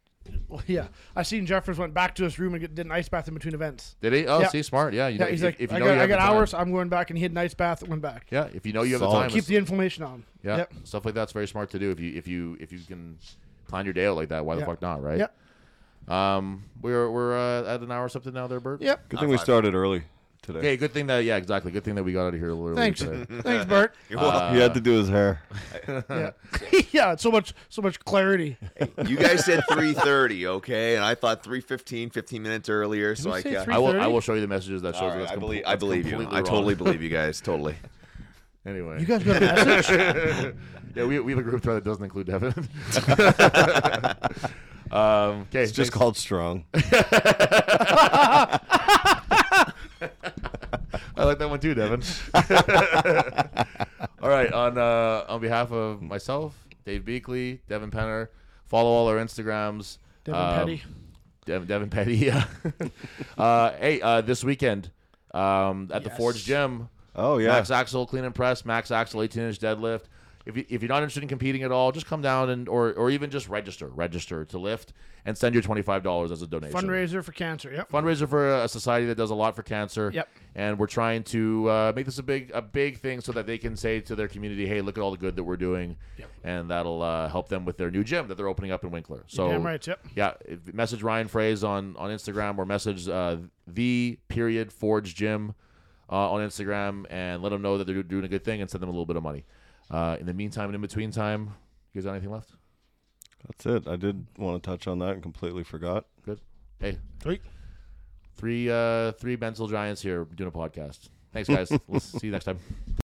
S1: well, yeah. I seen Jeffers went back to his room and get, did an ice bath in between events.
S2: Did he? Oh,
S1: Yeah.
S2: see, smart. Yeah, you
S1: Yeah,
S2: know,
S1: he's
S2: if,
S1: like,
S2: if you
S1: I
S2: know
S1: got,
S2: you
S1: I
S2: have
S1: got
S2: the time-
S1: hours. I'm going back, and he had an ice bath and went back.
S2: Yeah, if you know you have
S6: Solid.
S2: the time,
S1: Keep
S2: it's-
S1: the inflammation on.
S2: yeah,
S1: Yep.
S2: stuff like that's very smart to do. If you if you if you can plan your day out like that, why the
S1: Yeah.
S2: fuck not, right?
S1: Yep.
S2: Um, we're we're uh, at an hour or something now, there, Bert.
S1: Yep.
S6: Good thing we started early today.
S2: Okay, good thing that yeah, exactly. Good thing that we got out of here a little early
S1: Thanks. (laughs)
S2: today.
S1: Thanks,
S2: (laughs)
S1: Bert.
S6: he had to do his hair.
S1: yeah. yeah. (laughs) So much. So much clarity.
S5: You guys said 3:30, okay? And I thought 3:15, 15 minutes earlier, so
S1: we
S5: I
S1: say
S5: guess.
S1: three-
S2: I will I
S1: 3:30?
S2: will show you the messages that shows
S5: All
S2: that
S5: right,
S2: that's
S5: I
S2: comple-
S5: believe I
S2: that's
S5: believe you.
S2: completely
S5: I totally
S2: wrong.
S5: believe you guys. Totally.
S2: Anyway,
S1: You (laughs) guys got a message.
S2: (laughs) yeah, we, we have a group thread that doesn't include
S5: (laughs)
S2: Devin. (laughs) um, okay,
S6: It's just called strong.
S2: I like that one too,
S6: (laughs)
S2: Devin. all right, on uh, on behalf of myself, Dave Beakley, Devin Penner, follow all our Instagrams.
S1: Devin
S2: Um,
S1: Petty.
S2: Devin, Devin Petty. (laughs) Yeah. uh, hey, uh, this weekend um, at the
S1: Yes.
S2: Forge Gym.
S6: Oh,
S2: (laughs)
S6: yeah.
S2: Max Axel clean and press, Max Axel 18 inch deadlift. If, you, if you're not interested in competing at all, just come down and or or even just register, register to lift and send your twenty five dollars as a donation
S1: Fundraiser for cancer. Yep.
S2: fundraiser for a society that does a lot for cancer.
S1: Yep.
S2: And we're trying to uh, make this a big a big thing so that they can say to their community, "Hey, look at all the good that we're doing," and that'll uh, help them with their new gym that they're opening up in Winkler. So
S1: damn right, yep.
S2: Yeah, if- message Ryan Fraze on on Instagram or message uh, the period Forge Gym uh, on Instagram and let them know that they're doing a good thing and send them a little bit of money. Uh, in the meantime and in between time, you guys got anything left?
S6: That's it. I did want to touch on that and completely forgot.
S2: Good. Hey,
S1: Sweet.
S2: three uh, three mental giants here doing a podcast. Thanks, guys. we'll see you next time.